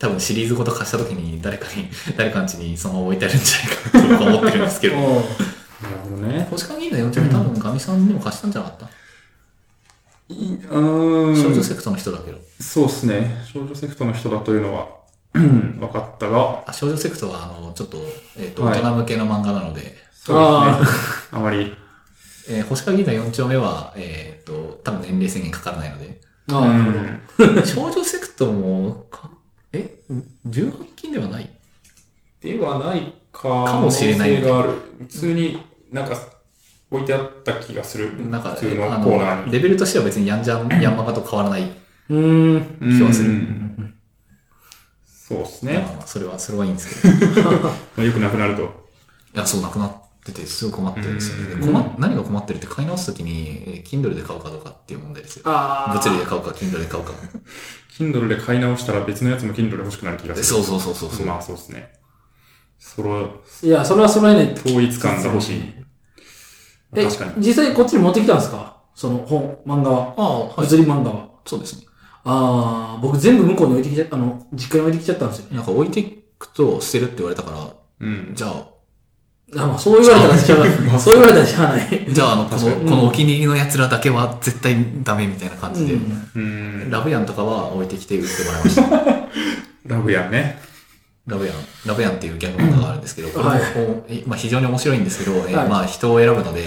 Speaker 1: 多分シリーズごと貸した時に誰かに、 誰かんちにそのまま置いてあるんじゃないかと僕は思ってるんですけ ど、
Speaker 3: おう
Speaker 2: なるほどね。
Speaker 1: 星川銀座4丁目多分ガミさんにも貸したんじゃなかった、
Speaker 2: いうん
Speaker 1: 少女セクトの人だけど。
Speaker 2: そうっすね。少女セクトの人だというのは、うん分かったが、
Speaker 1: あ少女セクトは、あの、ちょっと、えっと、
Speaker 2: は
Speaker 1: 大
Speaker 2: い
Speaker 1: 人向けの漫画なので、
Speaker 2: そうですね。あまり、
Speaker 1: えー、星川銀座4丁目は、えーっと、多分年齢制限かからないので。
Speaker 3: あ
Speaker 2: う
Speaker 3: あ、なるほど。
Speaker 2: ん
Speaker 1: 少女セクトも、かえ ?18 禁ではない
Speaker 2: ではないか、
Speaker 1: かもしれないね
Speaker 2: 可能性がある。普通になんか置いてあった気がする。
Speaker 1: なんか、
Speaker 2: 普通の
Speaker 1: あ
Speaker 2: コーナー
Speaker 1: の、
Speaker 2: に。
Speaker 1: レベルとしては別にヤンジャン、ヤンマガと変わらない。
Speaker 3: うーん。
Speaker 1: 気はする
Speaker 2: うんそうですね
Speaker 1: ま。あまあそれは、それはいいんですけど。い
Speaker 2: まあ、よくなくなると。
Speaker 1: や、そう、なくなってて、すごい困ってるんですよね。
Speaker 2: うん
Speaker 1: で困何が困ってるって買い直すときに、えー Kindle で買うかどうかっていう問題ですよ。
Speaker 3: ああ。
Speaker 1: 物理で買うか、Kindle で買うか。
Speaker 2: Kindle で買い直したら別のやつも Kindle で欲しくなる気がする。
Speaker 1: そうそうそうそうそう。
Speaker 2: まあそうですね。その
Speaker 3: いや、それは揃えないと。
Speaker 2: 統一感が欲しい。
Speaker 3: え
Speaker 2: 確かに。、
Speaker 3: 実際こっちに持ってきたんですかその本、漫画は。
Speaker 1: ああ、はい。
Speaker 3: 物理漫画は。
Speaker 1: そうですね。
Speaker 3: ああ、僕全部向こうに置いてきちゃ、あの、実家に置いてきちゃったんですよね。
Speaker 1: なんか置いていくと捨てるって言われたから、
Speaker 2: うん。
Speaker 1: じゃあ、
Speaker 3: あまあ、そう言われたらしゃあない。そう言われたらしゃあ ない。
Speaker 1: じゃあ、あの、こ
Speaker 2: 確
Speaker 1: の
Speaker 2: か、
Speaker 3: に
Speaker 1: このお気に入りの奴らだけは絶対ダメみたいな感
Speaker 3: う
Speaker 1: じで。
Speaker 3: ん。
Speaker 2: うん。
Speaker 1: ラブヤンとかは置いてきて売ってもらいました。
Speaker 2: ラブやね。
Speaker 1: ラブヤン、ラブヤンっていうギャグ漫画があるんですけど、これも
Speaker 3: はい
Speaker 1: こうえまあ、非常に面白いんですけど、え
Speaker 3: はい
Speaker 1: まあ人を選ぶので、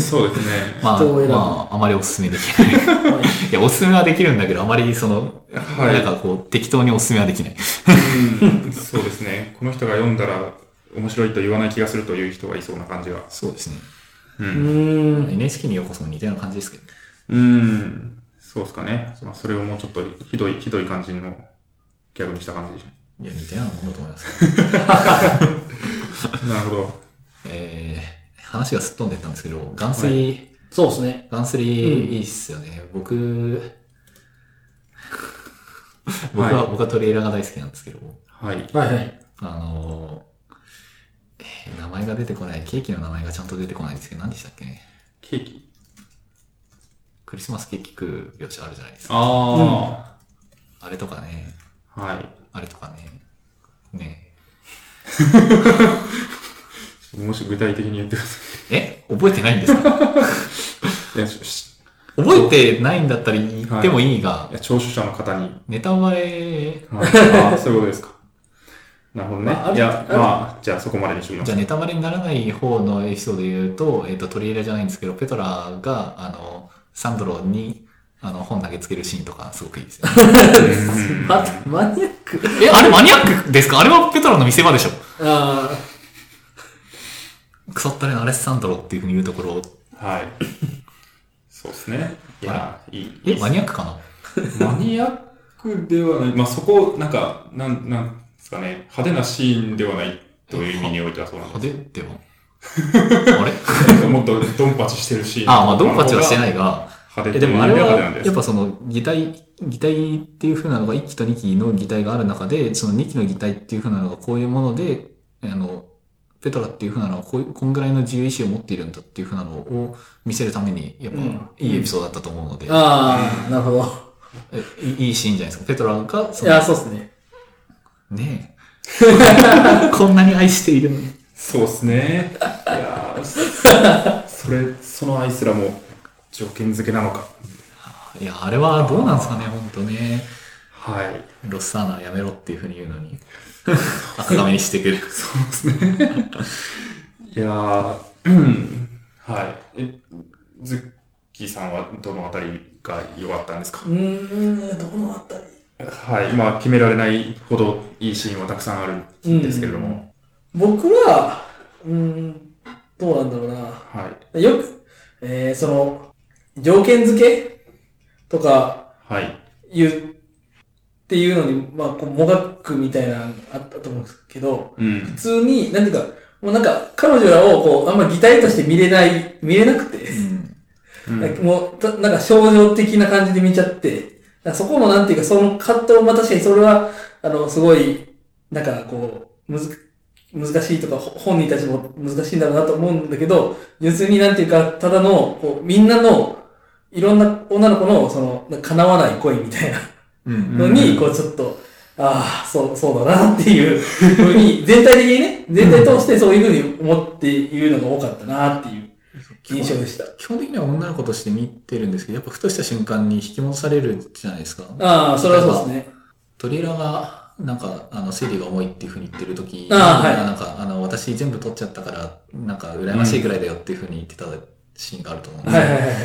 Speaker 2: そうですね。
Speaker 1: まあ、
Speaker 3: 人を選ぶ
Speaker 1: まあ、あまりおすすめできない。 いや、おすすめはできるんだけど、あまりその、
Speaker 2: はい
Speaker 1: なんかこう、適当におすすめはできない。
Speaker 2: うんそうですね。この人が読んだら面白いと言わない気がするという人がいそうな感じが。
Speaker 1: そうですね。
Speaker 2: う。
Speaker 3: うんーん。
Speaker 1: NHK にようこそも似たような感じですけど、
Speaker 2: うん。そうですかね。まあ、それをもうちょっとひどい、ひどい感じのギャグにした感じ。
Speaker 1: いや、似たようなものだと思います。
Speaker 2: なるほど。
Speaker 1: えー、話がすっ飛んでったんですけど、ガンスリー、
Speaker 3: そうですね。
Speaker 1: ガンスリーいいっすよね。僕、僕は、
Speaker 2: はい
Speaker 1: 僕はトレーラーが大好きなんですけど、
Speaker 2: はい。
Speaker 3: はいはい。
Speaker 1: あのーえー名前が出てこない、ケーキの名前がちゃんと出てこないんですけど、何でしたっけね。
Speaker 2: ケーキ。
Speaker 1: クリスマスケーキ食う描写あるじゃないですか。
Speaker 2: あ
Speaker 1: あれとかね、
Speaker 2: あ、はい。
Speaker 1: あれとかね、ね
Speaker 2: もし具体的に言ってくださ
Speaker 1: え、覚えてないんですか
Speaker 2: い。いや、しし
Speaker 1: 覚えてないんだったら言ってもいいが、
Speaker 2: いや聴取者の方に。
Speaker 1: ネタバレ、
Speaker 2: はい、ああ、そういうことですか。 なるほどね
Speaker 3: まああ。る
Speaker 2: いや、
Speaker 3: ある
Speaker 2: まあ、じゃあそこまでにしときま
Speaker 1: じ
Speaker 2: す
Speaker 1: ゃあ。ネタバレにならない方のエピソードで言うと、えっ、と、取り入れじゃないんですけど、ペトラが、あの、サンドロに、あの、本投げつけるシーンとか、すごくいいですよ、ね。
Speaker 2: うん
Speaker 3: ま、マニアック。
Speaker 1: え、あれマニアックですかあれはペトラの見せ場でしょ
Speaker 3: あ
Speaker 1: 腐ったれのアレッサンドロっていうふうに言うところ、
Speaker 2: はい。そうですね。いや、いい。
Speaker 1: え、マニアックかな
Speaker 2: マニアックではない。まあ、そこ、なんか、なん、なんですかね。派手なシーンではないという意味においてはそうなん
Speaker 1: 派
Speaker 2: で
Speaker 1: 手でも。あれ
Speaker 2: すけど。 もっとドンパチしてるシーン。
Speaker 1: あ、まあ、ドンパチはしてないが、
Speaker 2: 派
Speaker 1: え、
Speaker 2: 手
Speaker 1: で
Speaker 2: という意
Speaker 1: もあ
Speaker 2: 味
Speaker 1: れ
Speaker 2: では
Speaker 1: は、
Speaker 2: 派手なんです。
Speaker 1: やっぱその、擬態、擬態っていう風なのが1期と2期の擬態がある中で、その2期の擬態っていう風なのがこういうもので、あの、ペトラっていう風なのはこういう、こんぐらいの自由意志を持っているんだっていう風なのを見せるために、やっぱ、
Speaker 3: うん
Speaker 1: いいエピソードだったと思うので
Speaker 3: あ、、ああ、なるほど。
Speaker 1: えいいいいシーンじゃないですか。ペトラが、そ
Speaker 3: い
Speaker 1: の
Speaker 3: や、そうですね。
Speaker 1: ねえ。こんなに愛しているのに。
Speaker 2: そうですね。いやーそれ、その愛すらも条件付けなのか。
Speaker 1: いや、あれはどうなんですかね、ほんとね。
Speaker 2: はい。
Speaker 1: ロスサーナはやめろっていう風に言うのに、赤髪にしてくる。
Speaker 2: そうですね。いやー、うんはい。え、ズッキーさんはどのあたりが良かったんですか
Speaker 3: うーん、どのあたり
Speaker 2: はい。まあ、決められないほどいいシーンはたくさんあるんですけれども。
Speaker 3: 僕は、うーん、どうなんだろうな。
Speaker 2: はい。
Speaker 3: よく、えー、その、条件付けとか
Speaker 2: はい。
Speaker 3: 言うっていうのに、まあ、こう、もがくみたいなのあったと思うんですけど、
Speaker 2: う
Speaker 3: 普
Speaker 2: ん。
Speaker 3: 通に、なんていうか、もうなんか、彼女らをこう、あんま擬態として見れない、見れなくて、
Speaker 2: うん
Speaker 3: なんかもう、たなんか症状的な感じで見ちゃって、なんかそこのなんていうか、その葛藤、まあ確かにそれは、あの、すごい、なんかこう、むず、難しいとか、ほ本人たちも難しいんだろうなと思うんだけど、純粋になんていうか、ただの、こう、みんなの、いろんな女の子の、その、なんか叶わない恋みたいな
Speaker 1: うん。
Speaker 3: の
Speaker 2: う
Speaker 3: に、
Speaker 2: ん
Speaker 3: こうちょっと、ああ、そう、そうだなっていうふうに、全体的にね、全体通してそういうふうに思っているのが多かったなっていう印象でした。
Speaker 1: 基本的には女の子として見てるんですけど、やっぱふとした瞬間に引き戻されるじゃないですか。
Speaker 3: ああ、それはそうですね。
Speaker 1: トリーラーが、なんか、あの、生理が重いっていうふうに言ってる時
Speaker 3: あーはい
Speaker 1: なんか、あの、私全部取っちゃったから、なんか、羨ましいぐらいだよっていうふうに言ってたシーンがあると思うんです
Speaker 3: はい
Speaker 1: よ
Speaker 3: はいはいはい。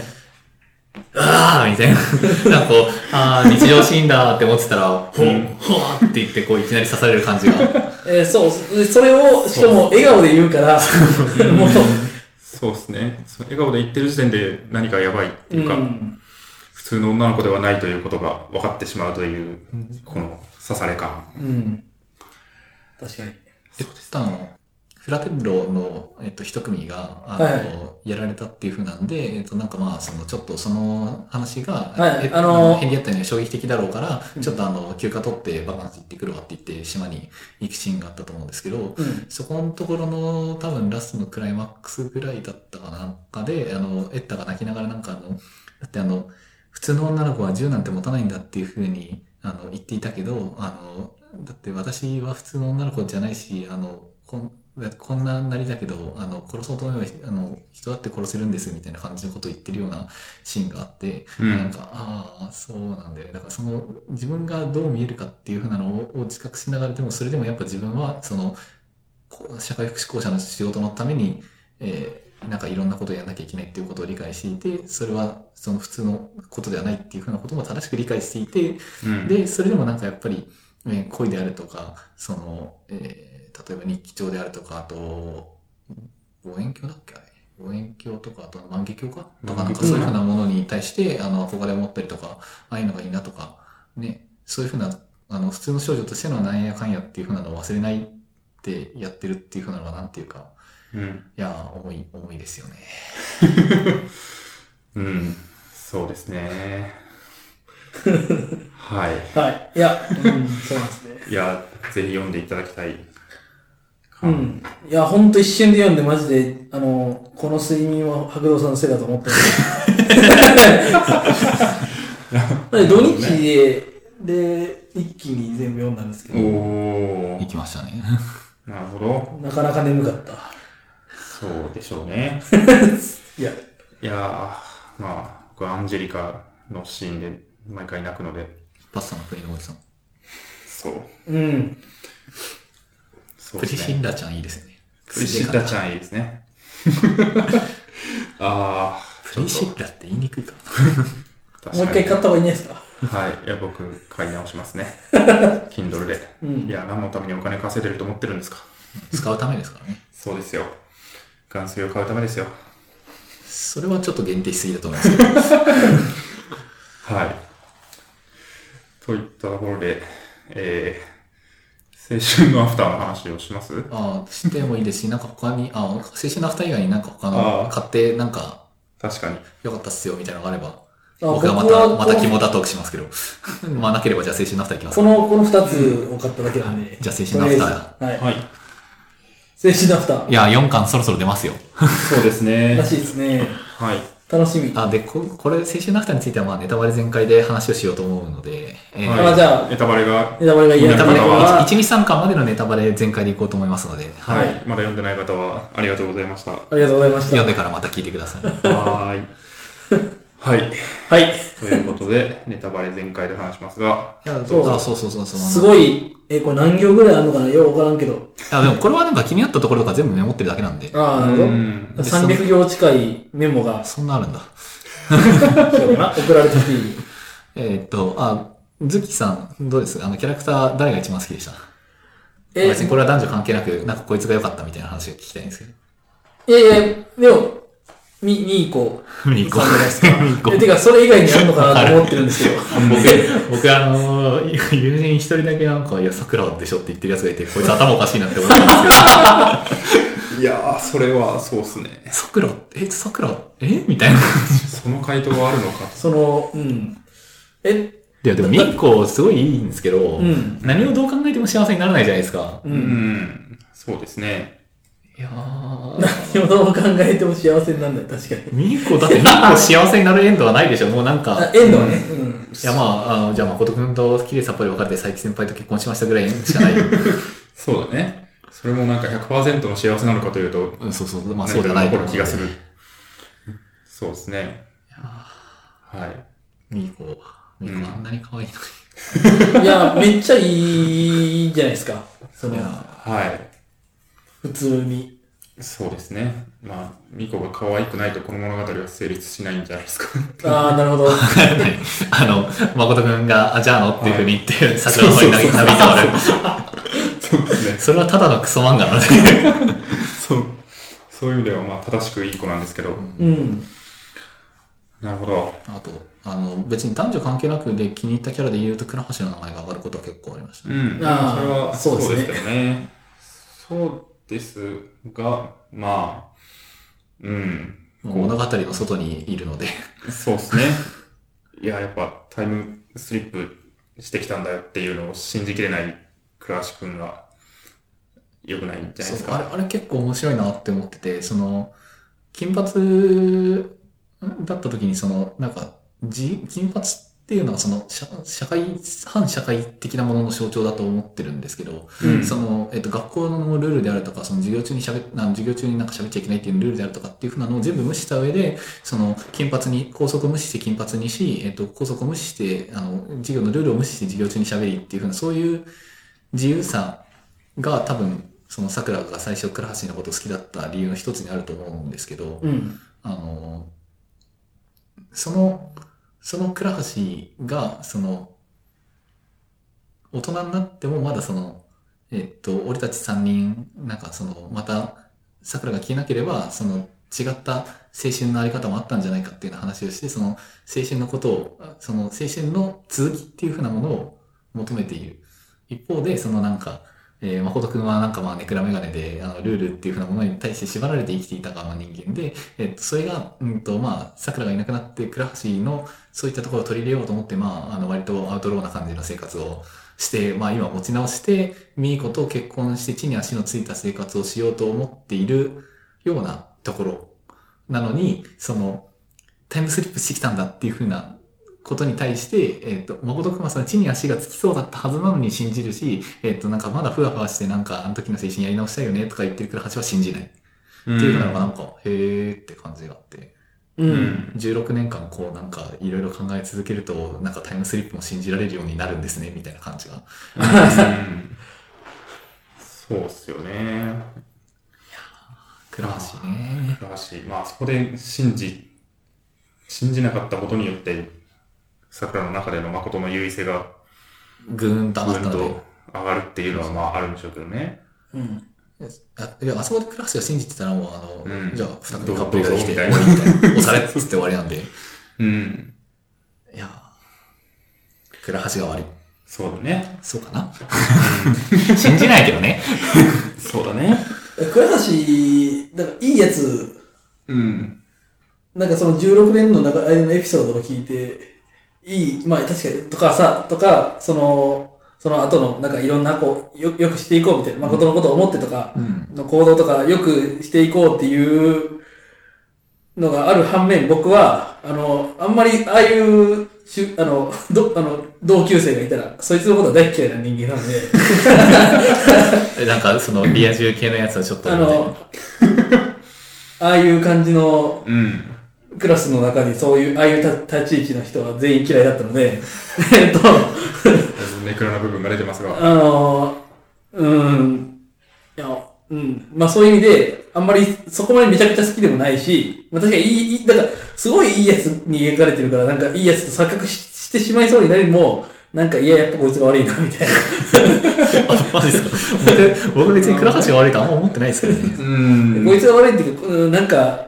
Speaker 1: ああみたいな。なん かこう、ああ、日常シーンだって思ってたら、ほ
Speaker 2: うん
Speaker 1: ん、ほわって言って、こう、いきなり刺される感じが。
Speaker 3: えーそう、そそれを、しかも笑顔で言うから、もう、
Speaker 2: そうですね。その笑顔で言ってる時点で何かやばいって
Speaker 3: う
Speaker 2: いうか、
Speaker 3: ん、
Speaker 2: 普通の女の子ではないということが分かってしまうという、この刺され感。
Speaker 3: うん。確かに。
Speaker 1: えっと、フラテッロの、えっと、一組が、あの、
Speaker 3: はいは
Speaker 1: やられたっていうふうなんで、えっと、なんかまあ、その、ちょっとその話が、
Speaker 3: はい
Speaker 1: え
Speaker 3: あの
Speaker 1: ヘンリエッタには衝撃的だろうから、
Speaker 3: うん
Speaker 1: ちょっとあの、休暇取ってバカンス行ってくるわって言って、島に行くシーンがあったと思うんですけど、
Speaker 3: うん。
Speaker 1: そこのところの、多分ラストのクライマックスぐらいだったかなんかで、あの、エッタが泣きながらなんかあの、だってあの、普通の女の子は銃なんて持たないんだっていうふうに、あの、言っていたけど、あの、だって私は普通の女の子じゃないし、あの、こんこんななりだけど、あの、殺そうと思えば、あの、人だって殺せるんです、みたいな感じのことを言ってるようなシーンがあって、
Speaker 2: うん
Speaker 1: なんか、ああ、そうなんだよね。だからその、自分がどう見えるかっていうふうなのを自覚しながらでも、それでもやっぱ自分は、その、こう社会福祉公社の仕事のために、えーなんかいろんなことをやらなきゃいけないっていうことを理解していて、それはその普通のことではないっていうふうなことも正しく理解していて、
Speaker 2: うん。
Speaker 1: で、それでもなんかやっぱり、えー恋であるとか、その、えー例えば日記帳であるとか、あと、望遠鏡だっけあれ望遠鏡とか、あと万華鏡かとか、なんかそういうふうなものに対して、あの、憧れを持ったりとか、ああいうのがいいなとか、ね、そういうふうな、あの、普通の少女としてのなんやかんやっていうふうなのを忘れないってやってるっていうふうなのが、なんていうか、
Speaker 2: うん。
Speaker 1: いやー、重い、重いですよね。
Speaker 2: うん。そうですね。はい。
Speaker 3: はい。いや、うん、そうなんですね。
Speaker 2: いや、ぜひ読んでいただきたい。
Speaker 3: うん。いや、ほんと一瞬で読んで、マジで、あの、この睡眠は白道さんのせいだと思ってる。土日で、で、一気に全部読んだんですけ
Speaker 2: お
Speaker 3: ど、
Speaker 2: お
Speaker 1: 行。きましたね。
Speaker 2: なるほど。
Speaker 3: なかなか眠かった。
Speaker 2: そうでしょうね。
Speaker 3: いや、
Speaker 2: いやー、まあ、僕はアンジェリカのシーンで毎回泣くので、
Speaker 1: パスタのプリのおじさん。
Speaker 2: そう。
Speaker 3: うん。
Speaker 2: そう
Speaker 1: プ
Speaker 2: で
Speaker 1: リ
Speaker 2: す
Speaker 1: シ
Speaker 2: ね。
Speaker 1: ンダちゃんいいですね。
Speaker 2: プリシッラちゃんいいですね。あー、
Speaker 1: プリシ
Speaker 2: ちょっ
Speaker 1: ッラって言いにくいかな。
Speaker 2: と
Speaker 3: もう一回買った方がいいんじゃないですか。
Speaker 2: はい。いや、僕、買い直し ますね。Kindle で。
Speaker 3: うん
Speaker 2: いや、何のためにお金稼いでると思ってるんですか。
Speaker 1: 使うためですからね。
Speaker 2: そうですよ。眼水を買うためですよ。
Speaker 1: それはちょっと限定しすぎだと思いますけど。
Speaker 2: はい。といったところで、えー、青春のアフターの話をします
Speaker 1: ああ、してもいいですし、なんか他に、ああ、青春のアフター以外になんか他
Speaker 2: ああ
Speaker 1: の買って、なんか
Speaker 2: 確かに。
Speaker 1: 良かったっすよみたいなのがあれば、
Speaker 3: あ
Speaker 1: 僕はま
Speaker 3: 僕は
Speaker 1: た、
Speaker 3: こう
Speaker 1: また肝だトークしますけど。 まあなければじゃあ青春のアフターいきます
Speaker 3: こ。の、この二つを買っただけなんで。
Speaker 1: じゃあ青春のアフ
Speaker 3: ター。はい。
Speaker 2: はい。
Speaker 3: 青春のアフター
Speaker 1: い。や、4巻そろそろ出ますよ。
Speaker 2: そうですね
Speaker 3: ら。しいですね。
Speaker 2: はい。
Speaker 3: 楽しみ。
Speaker 1: あ、で、ここれ、青春のアフターについてはまあネタバレ全開で話をしようと思うので、えー
Speaker 2: はい
Speaker 3: あじゃあ
Speaker 2: ネタバレが、
Speaker 3: ネタバレが嫌な
Speaker 1: ネタ
Speaker 3: 方
Speaker 1: バレ、
Speaker 3: は、
Speaker 1: 1、2、3巻までのネタバレ全開でいこうと思いますので、
Speaker 2: は
Speaker 1: はいい。。
Speaker 2: まだ読んでない方は、ありがとうございました。は
Speaker 3: ありがとうございました。
Speaker 1: 読ん
Speaker 3: は
Speaker 1: でからまた聞いてくだ さ い。
Speaker 2: ーい。はい。
Speaker 3: い。
Speaker 2: ということで、ネタバレ全開で話しますが、
Speaker 1: いや
Speaker 3: そう
Speaker 1: あそうそうそうそう。
Speaker 3: す
Speaker 1: い。
Speaker 3: ごい、え、これ何行ぐらいあるのかなようわからんけど。
Speaker 1: あ、でもこれはなんか気になったところとか全部メモってるだけなんで。
Speaker 3: ああ、なる
Speaker 2: う
Speaker 3: ほ
Speaker 2: ん
Speaker 3: ど。300行近いメモが、
Speaker 1: そんなあるんだ。
Speaker 3: そうだな送られてきて いい。
Speaker 1: えーっと、あ、ズキさん、どうですあの、キャラクター誰が一番好きでした
Speaker 3: え
Speaker 1: 別にこれは男女関係なく、なんかこいつが良かったみたいな話を聞きたいんですけど。
Speaker 3: いやいや、でも、み、2個。
Speaker 1: ミーコ
Speaker 3: さんじゃないですか。
Speaker 1: ミーコ
Speaker 3: えてか、それ以外にあるのかなと思ってるんです けど。
Speaker 1: 僕、 僕あのー、友人一人だけなんか、いや、桜でしょって言ってる奴がいて、こいつ頭おかしいなって思ったんですけど。
Speaker 2: いやー、それは、そうっすね。
Speaker 1: 桜え、桜えみたいな。い
Speaker 2: その回答はあるのか。
Speaker 3: その、うん。え、
Speaker 1: や、でもミーコすごいいいんですけど、
Speaker 3: うん
Speaker 1: 何をどう考えても幸せにならないじゃないですか。
Speaker 3: う。
Speaker 2: うんん。そうですね。
Speaker 1: いやー。
Speaker 3: 何をどう考えても幸せにならない、確かに。
Speaker 1: ミーコだってミーコ幸せになるエンドはないでしょもうなんか
Speaker 3: あ、。エンドはね。うん。
Speaker 1: いやまあ、あの、じゃあ誠くんと綺麗さっぱり別れて佐伯先輩と結婚しましたぐらいしかない。
Speaker 2: そうだね。それもなんか100%の幸せなのかというと、
Speaker 1: うん、そうそう、まあ
Speaker 2: そ
Speaker 1: そうう
Speaker 2: じ
Speaker 1: じ
Speaker 2: ゃな
Speaker 1: ゃないい。
Speaker 2: 残る気がする。そうですね。はい。
Speaker 1: ミーコ、ミーコあんなに 可愛いの
Speaker 3: いや、めっちゃいいじゃないですか。その
Speaker 1: に。い、や
Speaker 2: は
Speaker 3: 普通に。
Speaker 2: い。そうですね。まあ、ミコが可愛くないとこの物語は成立しないんじゃないですか。
Speaker 3: ああ、なるほど。
Speaker 1: あの、誠くんが、あ、じゃあのっていうふうに言って、桜の方に投げ投げて終わる。
Speaker 2: そうですね。
Speaker 1: それはただのクソ漫画なので。
Speaker 2: そう。そういう意味では、まあ、正しくいい子なんですけど。
Speaker 3: うん。
Speaker 2: なるほど。
Speaker 1: あと、あの、別に男女関係なくで気に入ったキャラで言うと倉橋の名前が上がることは結構ありました
Speaker 2: う
Speaker 1: ね。
Speaker 2: ん。
Speaker 3: あー
Speaker 2: それは、
Speaker 3: そうですね
Speaker 2: よね。そうですが、まあ、うん。
Speaker 1: もう物語の外にいるので。
Speaker 2: そうですね。 いや、やっぱタイムスリップしてきたんだよっていうのを信じきれない倉橋くんが良くないんじゃないです
Speaker 1: そうあれ
Speaker 2: か。
Speaker 1: あれ結構面白いなって思っててその金髪だった時にそのなんかじ金髪っていうのはその社社会、反社会的なものの象徴だと思ってるんですけど、
Speaker 2: うん
Speaker 1: その、えっと、学校のルールであるとか、その授業中に喋、あの授業中になんか喋っちゃいけないっていうルールであるとかっていうふうなのを全部無視した上で、その、金髪に、校則を無視して金髪にし、えっと、校則を無視して、あの、授業のルールを無視して授業中に喋りっていうふうな、そういう自由さが多分、その桜が最初、倉橋のこと好きだった理由の一つにあると思うんですけど、
Speaker 3: うん。
Speaker 1: あの、その、その倉橋が、その、大人になってもまだその、えっと、俺たち3人、なんかその、また、桜が消えなければ、その、違った青春のあり方もあったんじゃないかっていうような話をして、その、青春のことを、その、青春の続きっていうふうなものを求めている。一方で、そのなんか、えー、誠くんはなんかまあネクラメガネで、あの、ルールっていうふうなものに対して縛られて生きていた側の人間で、 えっと、それが、うんと、まあ、桜がいなくなって、倉橋のそういったところを取り入れようと思って、まあ、あの、割とアウトローな感じの生活をして、まあ、今持ち直して、ミーコと結婚して地に足のついた生活をしようと思っているようなところなのに、その、タイムスリップしてきたんだっていうふうなことに対して、えっ、と、誠くんはその地に足がつきそうだったはずなのに信じるし、えっ、と、なんかまだふわふわしてなんかあの時の精神やり直したいよねとか言ってる倉橋は信じない。
Speaker 2: うん
Speaker 1: っていうのがなんか、へーって感じがあって。
Speaker 3: う。
Speaker 2: うんん。
Speaker 1: 16年間こうなんかいろいろ考え続けると、なんかタイムスリップも信じられるようになるんですね、みたいな感じが。
Speaker 2: うんそうっすよね。
Speaker 1: 倉橋ね。
Speaker 2: だし、まあそこで信じ、信じなかったことによって、桜の中での誠の優位性が
Speaker 1: ぐーんと上
Speaker 2: ぐ
Speaker 1: がっ
Speaker 2: ん
Speaker 1: たので
Speaker 2: と。上がるっていうのはまああるんでしょうけどね。
Speaker 3: うん。
Speaker 1: あいや、あそこで倉橋を信じてたらもうあの、
Speaker 2: うん
Speaker 1: じゃあ二組カップルができ
Speaker 2: ど
Speaker 1: て、終
Speaker 2: う
Speaker 1: わ
Speaker 2: ぞ
Speaker 1: りみたいな。押されっつって終わりなんで。
Speaker 2: うん。
Speaker 1: いやー倉橋が悪い。
Speaker 2: そうだね。
Speaker 1: そうかな信じないけどね。
Speaker 2: そうだね。
Speaker 3: 倉橋、なんかいいやつ、
Speaker 2: うん。
Speaker 3: なんかその16年の中間のエピソードを聞いて、いい、まあ確かに、とかさ、とか、その、その後の、なんかいろんな、こう、よ、よくしていこうみたいな、誠のことを思ってとか、
Speaker 1: うん。
Speaker 3: の行動とかよくしていこうっていうのがある反面、僕は、あの、あんまり、ああいう、しゅあの、ど、あの、同級生がいたら、そいつのことは大嫌いな人間なんで、
Speaker 1: えなんかそのリア充系のやつはちょっと
Speaker 3: あ
Speaker 1: みたいな。
Speaker 3: の、ああいう感じの
Speaker 2: うん。
Speaker 3: クラスの中にそういう、ああいうた立ち位置の人は全員嫌いだったので、 えっと、
Speaker 2: ネクラな部分が出てますが。
Speaker 3: あの、うん、いや、うん。まあそういう意味で、あんまりそこまでめちゃくちゃ好きでもないし、まあ確かにいい、いい、だから、すごいいいやつに描かれてるから、なんかいいやつと錯覚ししてしまいそうになりも、なんか、いや、やっぱこいつが悪いな、みたいな。
Speaker 1: あ マジですか僕僕別に倉橋が悪いとあんま思ってないですけどね。
Speaker 2: うん
Speaker 3: こいつが悪いっていうか、うんなんか、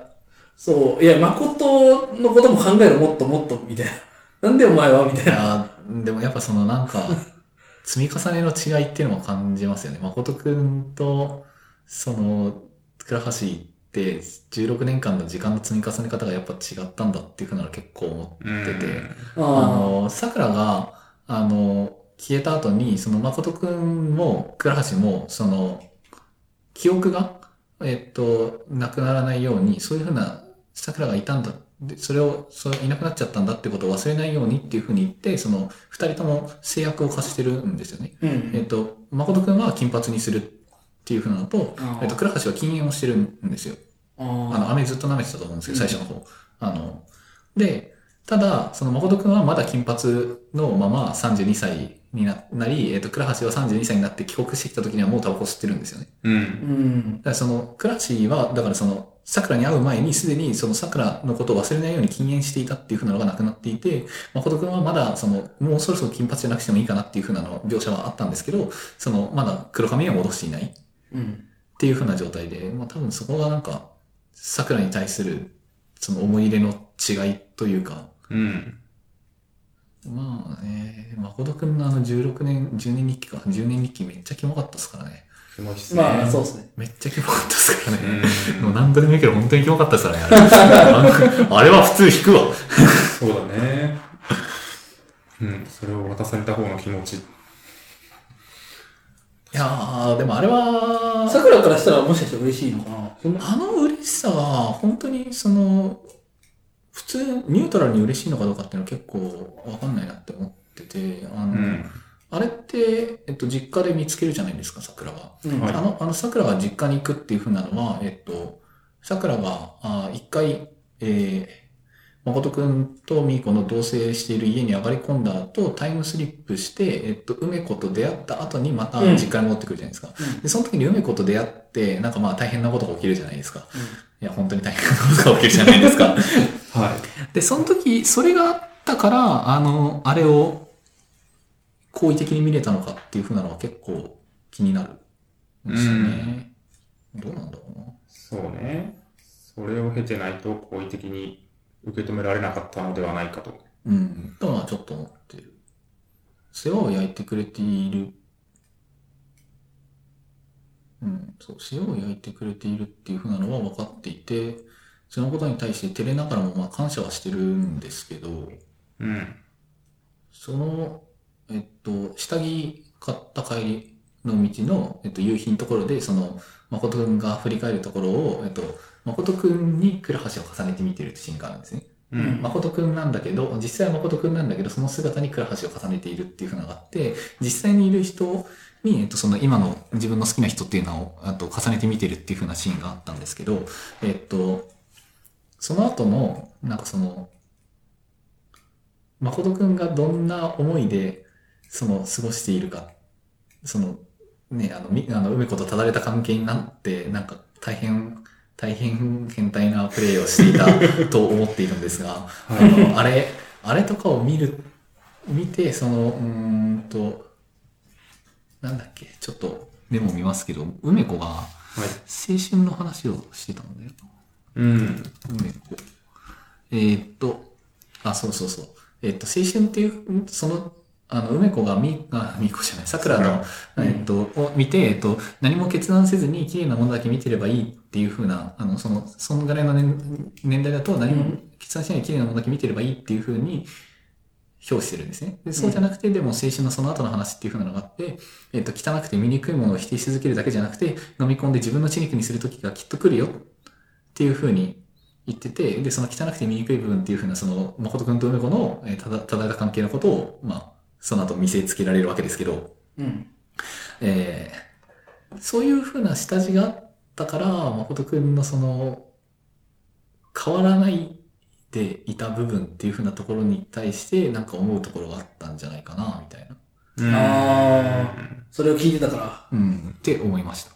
Speaker 3: そう、いや、誠のことも考えろ、もっともっと、みたいな。なんでお前はみたい
Speaker 1: い
Speaker 3: な。
Speaker 1: やーでもやっぱそのなんか、積み重ねの違いっていうのも感じますよね。誠くんと、その、倉橋って16年間の時間の積み重ね方がやっぱ違ったんだっていうふうなの結構思って出て
Speaker 3: あ
Speaker 1: あの、桜が、あの、消えた後に、その、誠くんも、倉橋も、その、記憶が、えっと、なくならないように、そういうふうな、桜がいたんだ、でそれを、それいなくなっちゃったんだってことを忘れないようにっていうふうに言って、その、二人とも制約を課してるんですよね。
Speaker 3: あ、う
Speaker 1: えっ
Speaker 3: ん。
Speaker 1: と、誠くんは金髪にするっていうふうなのと、
Speaker 3: あー
Speaker 1: えっと、倉橋は禁煙をしてるんですよ。
Speaker 3: あ
Speaker 1: あの、
Speaker 3: の、
Speaker 1: 飴ずっと舐めてたと思うんですけど、最初の方。あの、で、ただ、その、誠くんはまだ金髪のまま32歳にななり、えっ、と、倉橋は32歳になって帰国してきた時にはもうタバコ吸ってるんですよね。
Speaker 2: う。
Speaker 3: うんん
Speaker 1: だ。からその、倉橋は、だからその、桜に会う前にすでにその桜のことを忘れないように禁煙していたっていうふうなのがなくなっていて、誠くんはまだその、もうそろそろ金髪じゃなくてもいいかなっていうふうなの描写はあったんですけど、その、まだ黒髪には戻していない。
Speaker 3: うん。
Speaker 1: っていう風な状態で、まあ多分そこがなんか、桜に対する、その思い入れの違いというか、
Speaker 2: うん。
Speaker 1: まあね、誠くんのあの16年、10年日記か、10年日記めっちゃキモかったですからね。
Speaker 2: 気持ちいいっすね。
Speaker 3: まあ、そうですね。
Speaker 1: めっちゃキモかったですからね。
Speaker 2: うん
Speaker 1: もう何度でも言うけど本当にキモかったですからね、あれ あのあれは普通引くわ。
Speaker 2: そうだね。うん。それを渡された方の気持ち。
Speaker 1: いやー、でもあれは、
Speaker 3: 桜からしたらもしかしたら嬉しいのかな。そんな
Speaker 1: あの嬉しさは、本当にその、普通、ニュートラルに嬉しいのかどうかっていうのは結構わかんないなって思ってて、あの、
Speaker 2: うん。
Speaker 1: あれって、えっと、実家で見つけるじゃないですか、桜は。
Speaker 3: うん
Speaker 2: はい
Speaker 1: あの、あの、桜が実家に行くっていう風なのは、えっと、桜が、あー一回、えー、誠くんとみーこの同棲している家に上がり込んだ後、タイムスリップして、えっと、梅子と出会った後にまた
Speaker 3: うん
Speaker 1: 実家に戻ってくるじゃないですか。
Speaker 3: うん
Speaker 1: で、その時に梅子と出会って、なんかまあ大変なことが起きるじゃないですか。いや、本当に大変なことが起きるじゃないですか。
Speaker 2: はい。
Speaker 1: で、その時、それがあったから、あの、あれを、好意的に見れたのかっていう風なのは結構気になるんですよね。どうなんだろうな。
Speaker 2: そうね。それを経てないと好意的に受け止められなかったのではないかと。
Speaker 1: うん。とはちょっと思ってる。世話を焼いてくれている。うん、そう、世話を焼いてくれているっていう風なのは分かっていて、そのことに対して照れながらもまあ感謝はしてるんですけど、
Speaker 2: うん。
Speaker 1: その、えっと、下着買った帰りの道の、えっと、夕日のところで、その、誠くんが振り返るところを、えっと、誠くんに倉橋を重ねて見てるシーンがあるんですね。
Speaker 2: うん。
Speaker 1: 誠くんなんだけど、実際は誠くんなんだけど、その姿に倉橋を重ねているっていう風なのがあって、実際にいる人に、えっと、その今の自分の好きな人っていうのを、あと重ねて見てるっていう風なシーンがあったんですけど、えっと、その後の、なんかその、誠くんがどんな思いで、その、過ごしているか、その、ね、あの、みあの梅子とただれた関係になって、なんか大変、大変変態なプレイをしていたと思っているんですが、あ
Speaker 2: はい。
Speaker 1: の、あれ、あれとかを見る、見て、その、うーんと、なんだっけ、ちょっとメモ見ますけど、梅子が
Speaker 2: はい。
Speaker 1: 青春の話をしてたんだよな。
Speaker 2: うん。
Speaker 1: 梅子。えーっと、あ、そうそうそう。えーっと、青春っていう、んその、あの、梅子がみ、あ、みこじゃない、桜の、
Speaker 2: うん
Speaker 1: えーっと、を見て、えーっと、何も決断せずに綺麗なものだけ見てればいいっていう風な、あの、その、そのぐらいの年年代だと何も決断しないで綺麗なものだけ見てればいいっていう風に、表してるんですね。でそうじゃなくて、でも青春のその後の話っていう風なのがあって、えっと、汚くて醜いものを否定し続けるだけじゃなくて、飲み込んで自分の血肉にする時がきっと来るよっていう風に言ってて、で、その汚くて醜い部分っていう風な、その、誠くんと梅子の、えーただ、ただいた関係のことを、まあ、その後見せつけられるわけですけど、
Speaker 3: うん。
Speaker 1: えーそういう風な下地があったから、誠くんのその、変わらないでいた部分っていう風なところに対して、なんか思うところがあったんじゃないかな、みたいな。
Speaker 2: うん
Speaker 3: あそれを聞いてたから。
Speaker 1: うん、って思いました。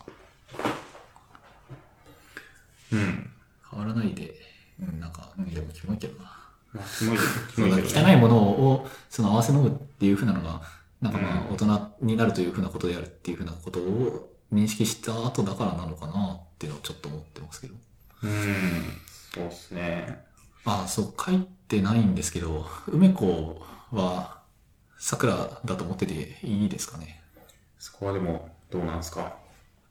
Speaker 2: うん。
Speaker 1: 変わらないで、うん、なんか、うん、でもキモいけどな。
Speaker 2: まあ、キモい、キ
Speaker 1: そ
Speaker 2: モ
Speaker 1: う
Speaker 2: い
Speaker 1: だ
Speaker 2: けど
Speaker 1: 汚
Speaker 2: ね。
Speaker 1: いものを、その合わせ飲むっていう風なのが、なんかま
Speaker 2: う
Speaker 1: あ、大人になるという風なことであるっていう風なことを認識した後だからなのかなっていうのをちょっと思ってますけど。
Speaker 2: うん。そうっすね。
Speaker 1: あ、そう、書いてないんですけど、梅子は桜だと思ってていいですかね。
Speaker 2: そこはでも、どうなんすか。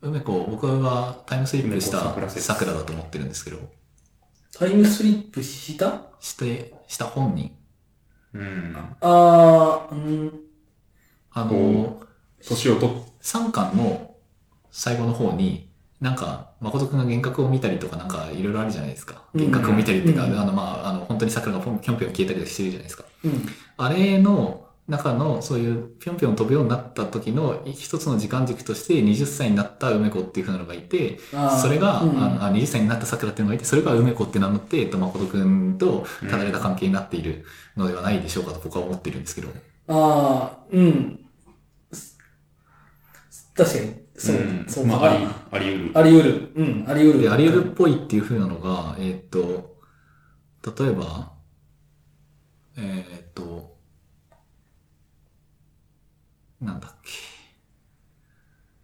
Speaker 1: 梅子、僕はタイムスリップし
Speaker 2: 梅子
Speaker 1: た
Speaker 2: 桜説
Speaker 1: 桜だと思ってるんですけど、
Speaker 3: タイムスリップした
Speaker 1: して、した本人。
Speaker 2: うん。
Speaker 3: あー、うん。
Speaker 1: あ
Speaker 2: お
Speaker 1: の、
Speaker 2: 年をとっ、
Speaker 1: 3巻の最後の方に、なんか、誠くんが幻覚を見たりとかなんかいろいろあるじゃないですか。
Speaker 3: うん
Speaker 1: 幻覚を見たりっていうか、
Speaker 3: うん
Speaker 1: あの、まあ、あの、本当に桜がポンぴょんぴょん消えたりとかしてるじゃないですか。
Speaker 3: うん。
Speaker 1: あれの中のそういうぴょんぴょん飛ぶようになった時の一つの時間軸として20歳になった梅子っていう風なのがいて、
Speaker 3: あー
Speaker 1: それが、
Speaker 3: うん
Speaker 1: ああ20歳になった桜っていうのがいて、それが梅子って名乗って、えっと、誠くんとただれた関係になっているのではないでしょうかと僕は思ってるんですけど。
Speaker 3: あー、うん。す確かに、そう、
Speaker 2: ん
Speaker 3: そう
Speaker 2: ま
Speaker 3: か
Speaker 2: あ、あり、あり得る。
Speaker 3: あり得る。うん、あり得
Speaker 1: で、
Speaker 3: る。
Speaker 1: あり得るっぽいっていう風なのが、えーっと、例えば、えーっと、なんだっけ。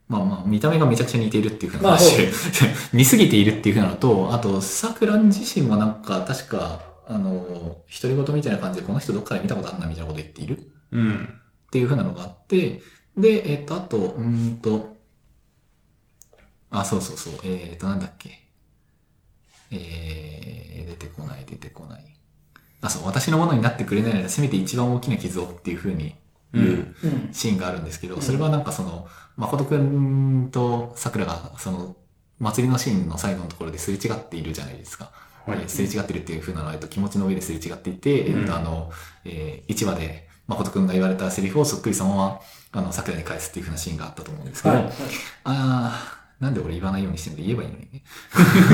Speaker 1: まあまあ、見た目がめちゃくちゃ似ているっていう風な話。 似すぎているっていう風なのと、あと、桜自身もなんか、確か、あの、独り言みたいな感じで、この人どっから見たことあんなみたいなこと言っている
Speaker 2: うん。
Speaker 1: っていう風なのがあって、で、えっ、と、あと、うーんと、あ、そうそうそう、えっ、と、なんだっけ。えー、出てこない、出てこない。あ、そう、私のものになってくれないなら、せめて一番大きな傷をっていう風に言う
Speaker 2: うん
Speaker 3: うん。
Speaker 1: シーンがあるんですけど、
Speaker 3: ん
Speaker 1: それはなんかその、誠くんと桜が、その、祭りのシーンの最後のところですれ違っているじゃないですか。
Speaker 2: はい
Speaker 1: えーすれ違ってるっていう風なのは、えっと、気持ちの上ですれ違っていて、
Speaker 2: うん
Speaker 1: えっと、あの、えー、1話で、誠くんが言われたセリフをそっくりそのまま、あの、桜に返すっていう風なシーンがあったと思うんですけど、
Speaker 3: はい。
Speaker 1: あー、なんで俺言わないようにしてんの言えばいいのにね。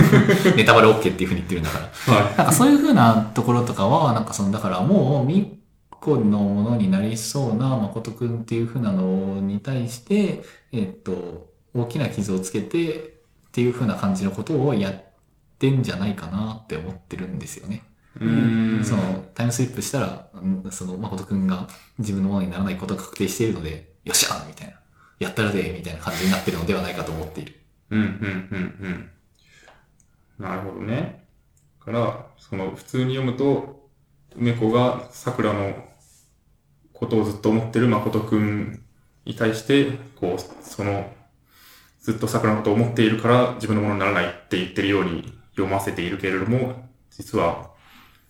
Speaker 1: ネタバレ OK っていう風に言ってるんだから。
Speaker 2: は
Speaker 1: なんかそういう風なところとかは、なんかその、だからもう、みっこのものになりそうな誠くんっていう風なのに対して、えっと、大きな傷をつけてっていう風な感じのことをやってんじゃないかなって思ってるんですよね。
Speaker 2: い。うーん。
Speaker 1: その、タイムスリップしたら、うんその、誠くんが自分のものにならないことが確定しているので、よっしゃーみたいな。やったらでみたいな感じになってるのではないかと思っている。
Speaker 2: うん、うん、うん、うん。なるほどね。から、その、普通に読むと、梅子が桜のことをずっと思ってる誠くんに対して、こう、その、ずっと桜のことを思っているから自分のものにならないって言ってるように読ませているけれども、実は、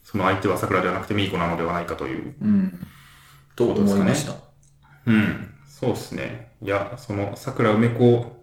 Speaker 2: その相手は桜ではなくてミーコなのではないかという
Speaker 1: うん。と
Speaker 2: そうです
Speaker 1: 思い
Speaker 2: かね
Speaker 1: ました。
Speaker 2: うん、そうですね。いや、その、桜梅子、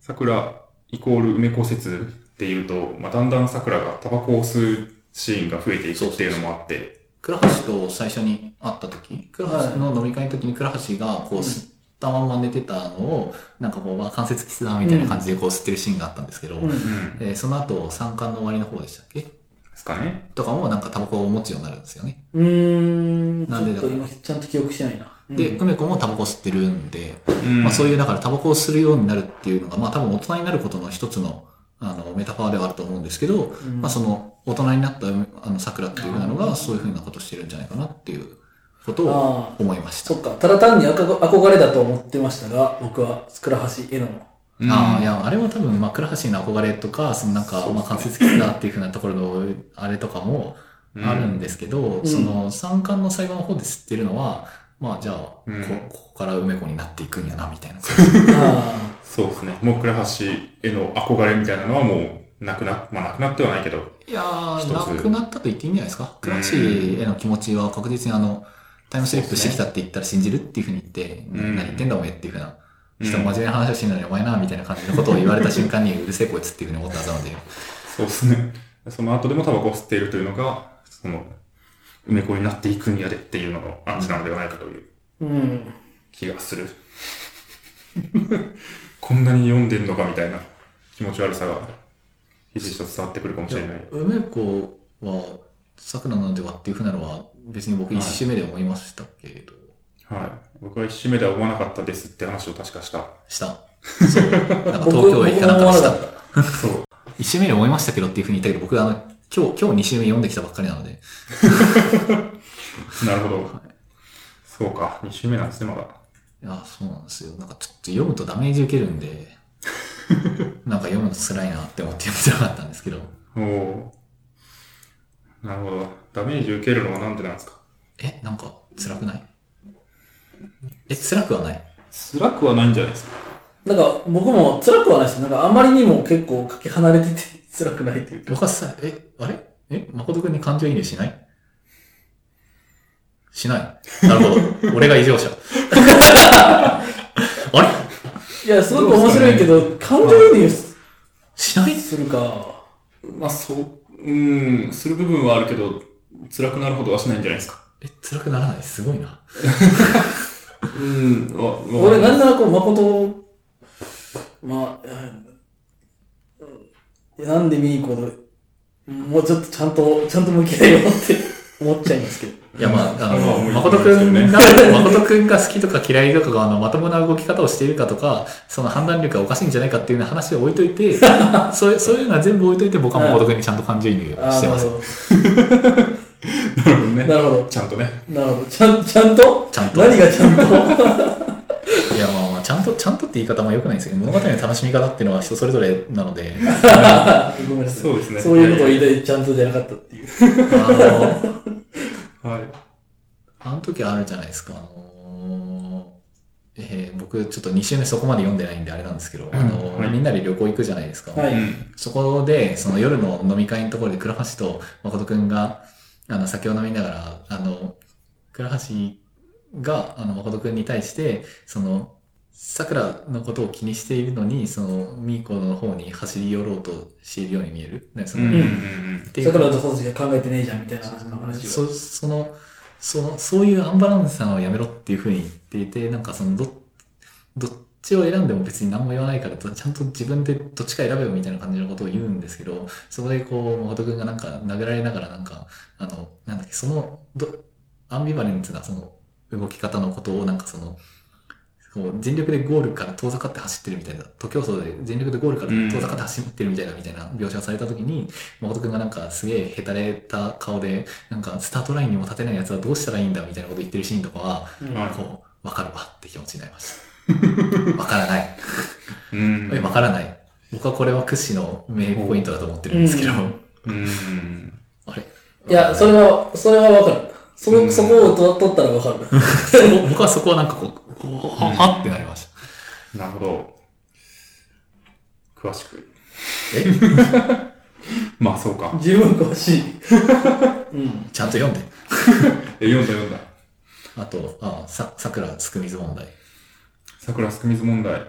Speaker 2: 桜イコール梅子説っていうと、まあ、だんだん桜がタバコを吸うシーンが増えていくっていうのもあって、
Speaker 1: 倉橋と最初に会った時、倉橋の飲み会の時に倉橋がこう吸ったまんま寝てたのを、なんかこう、まあ、関節キスだみたいな感じでこう吸ってるシーンがあったんですけど、
Speaker 3: うん
Speaker 2: うん、で
Speaker 1: えーその後、3巻の終わりの方でしたっけ
Speaker 2: すかね。
Speaker 1: とかもなんかタバコを持つようになるんですよね。
Speaker 3: うーん。
Speaker 1: なんでだ
Speaker 3: ち
Speaker 1: ろ
Speaker 3: ょ
Speaker 1: う
Speaker 3: っと今、ちゃんと記憶してないな。うん
Speaker 1: で、梅子もタバコ吸ってるんで、
Speaker 2: うん、
Speaker 1: まあそう
Speaker 2: う。
Speaker 1: いう、だからタバコを吸うようになるっていうのが、まあ多分大人になることの一つの、あの、メタファーではあると思うんですけど、
Speaker 3: うん
Speaker 1: まあその、大人になった、あの、桜っていうのが、そういうふうなことしてるんじゃないかなっていうことを
Speaker 3: ああ、
Speaker 1: 思いました
Speaker 3: そ。っか。ただ単に憧憧れだと思ってましたが、僕は、倉橋絵の
Speaker 2: うん、
Speaker 1: ああ、いや、あれは多分、まあ、倉橋の憧れとか、そのなんか
Speaker 2: そ、う
Speaker 1: まあ、関節キスだっていうふうなところの、あれとかも
Speaker 2: うん
Speaker 1: あるんですけど、
Speaker 3: ん
Speaker 1: その、三冠の最後の方で吸ってるのは、まあ、じゃあ、こ
Speaker 2: うん
Speaker 1: ここから梅子になっていくんやな、みたいな。
Speaker 3: あ
Speaker 2: そうですね。もう倉橋への憧れみたいなのはもう、なくな、まあなくなってはないけど、
Speaker 1: いやー、
Speaker 2: 一つ
Speaker 1: なくなったと言っていいんじゃないですか。倉橋への気持ちは確実にあの、タイムスリップしてきたって言ったら信じるっていうふうに言って、
Speaker 2: うん
Speaker 1: 何言ってんだお前っていうふうな、
Speaker 2: うん
Speaker 1: 人真面目な話をしてるのにお前な、みたいな感じのことを言われた瞬間に、うるせえこいつっていうふうに思ったはずなので。
Speaker 2: そうですね。 その後でもタバコを吸っているというのが、その、梅子になっていくんやでっていうのの暗示なのではないかという。
Speaker 3: あ、うん。
Speaker 2: 気がする。 こんなに読んでんのかみたいな気持ち悪さが、ひしひしと伝わってくるかもしれない。
Speaker 1: 梅子は桜なのではっていうふうなのは別に僕
Speaker 2: はい
Speaker 1: 一周目で思いましたけど、
Speaker 2: はい。僕は一周目では思わなかったですって話を確か した。
Speaker 1: した。そう。なんか東京へ行かなか
Speaker 3: 僕僕も
Speaker 1: った
Speaker 3: 思わなか
Speaker 1: した。
Speaker 2: そう。
Speaker 1: 一周目で思いましたけどっていうふうに言ったけど、僕あの、今日、今日二周目読んできたばっかりなので、
Speaker 2: なるほど。そうか。二周目なんですね、まだ。
Speaker 1: いや、そうなんですよ。なんかちょっと読むとダメージ受けるんで、 なんか読むの辛いなって思って読みてなかったんですけど、
Speaker 2: おおー。なるほど。ダメージ受けるのはなんでなんですか
Speaker 1: え、なんか辛くないえ、辛くはない。
Speaker 2: 辛くはないんじゃないですか。
Speaker 3: なんか、僕も辛くはないです。なんか、あまりにも結構かけ離れて て辛くないというか。
Speaker 1: 僕はさ、え、あれえ、誠くんに感情移入しないしない。なるほ ど。俺が異常者。 あれ
Speaker 3: いや、すごく面白いけど、感情移入す
Speaker 1: しない
Speaker 3: するか。
Speaker 2: まあ、そう、うん、する部分はあるけど、辛くなるほどはしないんじゃないですか。
Speaker 1: え、辛くならない。すごいな。
Speaker 2: うん、わ、わ
Speaker 3: 俺、なんならこう、誠を、まあ、うんなんでミーコの、もうちょっとちゃんと、ちゃんと向き合えよって 思っちゃいますけど。
Speaker 1: いや、まあ、あ
Speaker 2: まあ
Speaker 1: の、
Speaker 2: もう
Speaker 1: 誠く
Speaker 2: いい
Speaker 1: ん
Speaker 2: です
Speaker 1: が、
Speaker 2: よね
Speaker 1: 誠くんが好きとか嫌いとかが、あの、まともな動き方をしているかとか、その判断力がおかしいんじゃないかっていうような話を置いとい て、そういう、そういうのは全部置いといて、僕は誠くんにちゃんと感情移入
Speaker 3: あ
Speaker 1: してます。
Speaker 3: ー
Speaker 2: なるほどね。
Speaker 3: なるほど。
Speaker 2: ちゃんとね。
Speaker 3: なるほど。ちゃん、ちゃんと
Speaker 1: ちゃんと
Speaker 3: 何がちゃ んと
Speaker 1: いや、まあまあ、ちゃんと、ちゃんとって言い方も良くないですけど、物語の楽しみ方っていうのは人それぞれなので、
Speaker 3: ごめんなさい。
Speaker 2: そうですね
Speaker 3: そういうことを言いたい、ちゃんとじゃなかったっていう。
Speaker 1: あの、
Speaker 2: はい。
Speaker 1: あの時あるじゃないですか。あのーえー僕ちょっと2週目そこまで読んでないんであれなんですけど、あのー
Speaker 2: はい
Speaker 1: みんなで旅行行くじゃないですか。
Speaker 3: はい
Speaker 2: うん。
Speaker 1: そこで、その夜の飲み会のところで倉橋と誠くんが、あの、酒を飲みながら、あの、倉橋が、あの、誠くんに対して、その、桜のことを気にしているのに、その、ミーコの方に走り寄ろうとしているように見える。ね、そ
Speaker 2: うんう
Speaker 1: の、
Speaker 2: ん
Speaker 1: っ
Speaker 2: うん。
Speaker 1: ていうか
Speaker 3: 桜と佐々木が考えてねえじゃんみたいな話を。
Speaker 1: そそのそのそういうアンバランスさんはやめろっていうふうに言っていてなんかそのどどっちを選んでも別に何も言わないからとちゃんと自分でどっちか選べよみたいな感じのことを言うんですけどそこでこう誠君がなんか殴られながらなんかあのなんだっけそのどアンビバレンスなその動き方のことをなんかそのこう全力でゴールから遠ざかって走ってるみたいな徒競走で全力でゴールから遠ざかって走ってるみたいなみたいな描写をされた時に誠くんがなんかすげえへたれた顔で、なんかスタートラインにも立てない奴はどうしたらいいんだみたいなこと言ってるシーンとかは、
Speaker 3: うん
Speaker 2: はい
Speaker 1: こう、わかるわって気持ちになりました。わからない。
Speaker 2: うん。
Speaker 1: えわからない。僕はこれは屈指の名ポイントだと思ってるんですけど、
Speaker 3: う
Speaker 2: うん。
Speaker 1: あれ
Speaker 3: いや、それは、それはわかる。そこ、そこをと取ったらわかる。
Speaker 1: 僕 僕はそこはなんかこう、こうははってなりました。
Speaker 2: なるほど。詳しく。
Speaker 1: え
Speaker 2: まあそうか。
Speaker 3: 十分詳しい。うん。
Speaker 1: ちゃんと読んで。
Speaker 2: え、読んだ読んだ。
Speaker 1: あと、あ、さ、桜つくみず問題。
Speaker 2: 桜すくみず問題。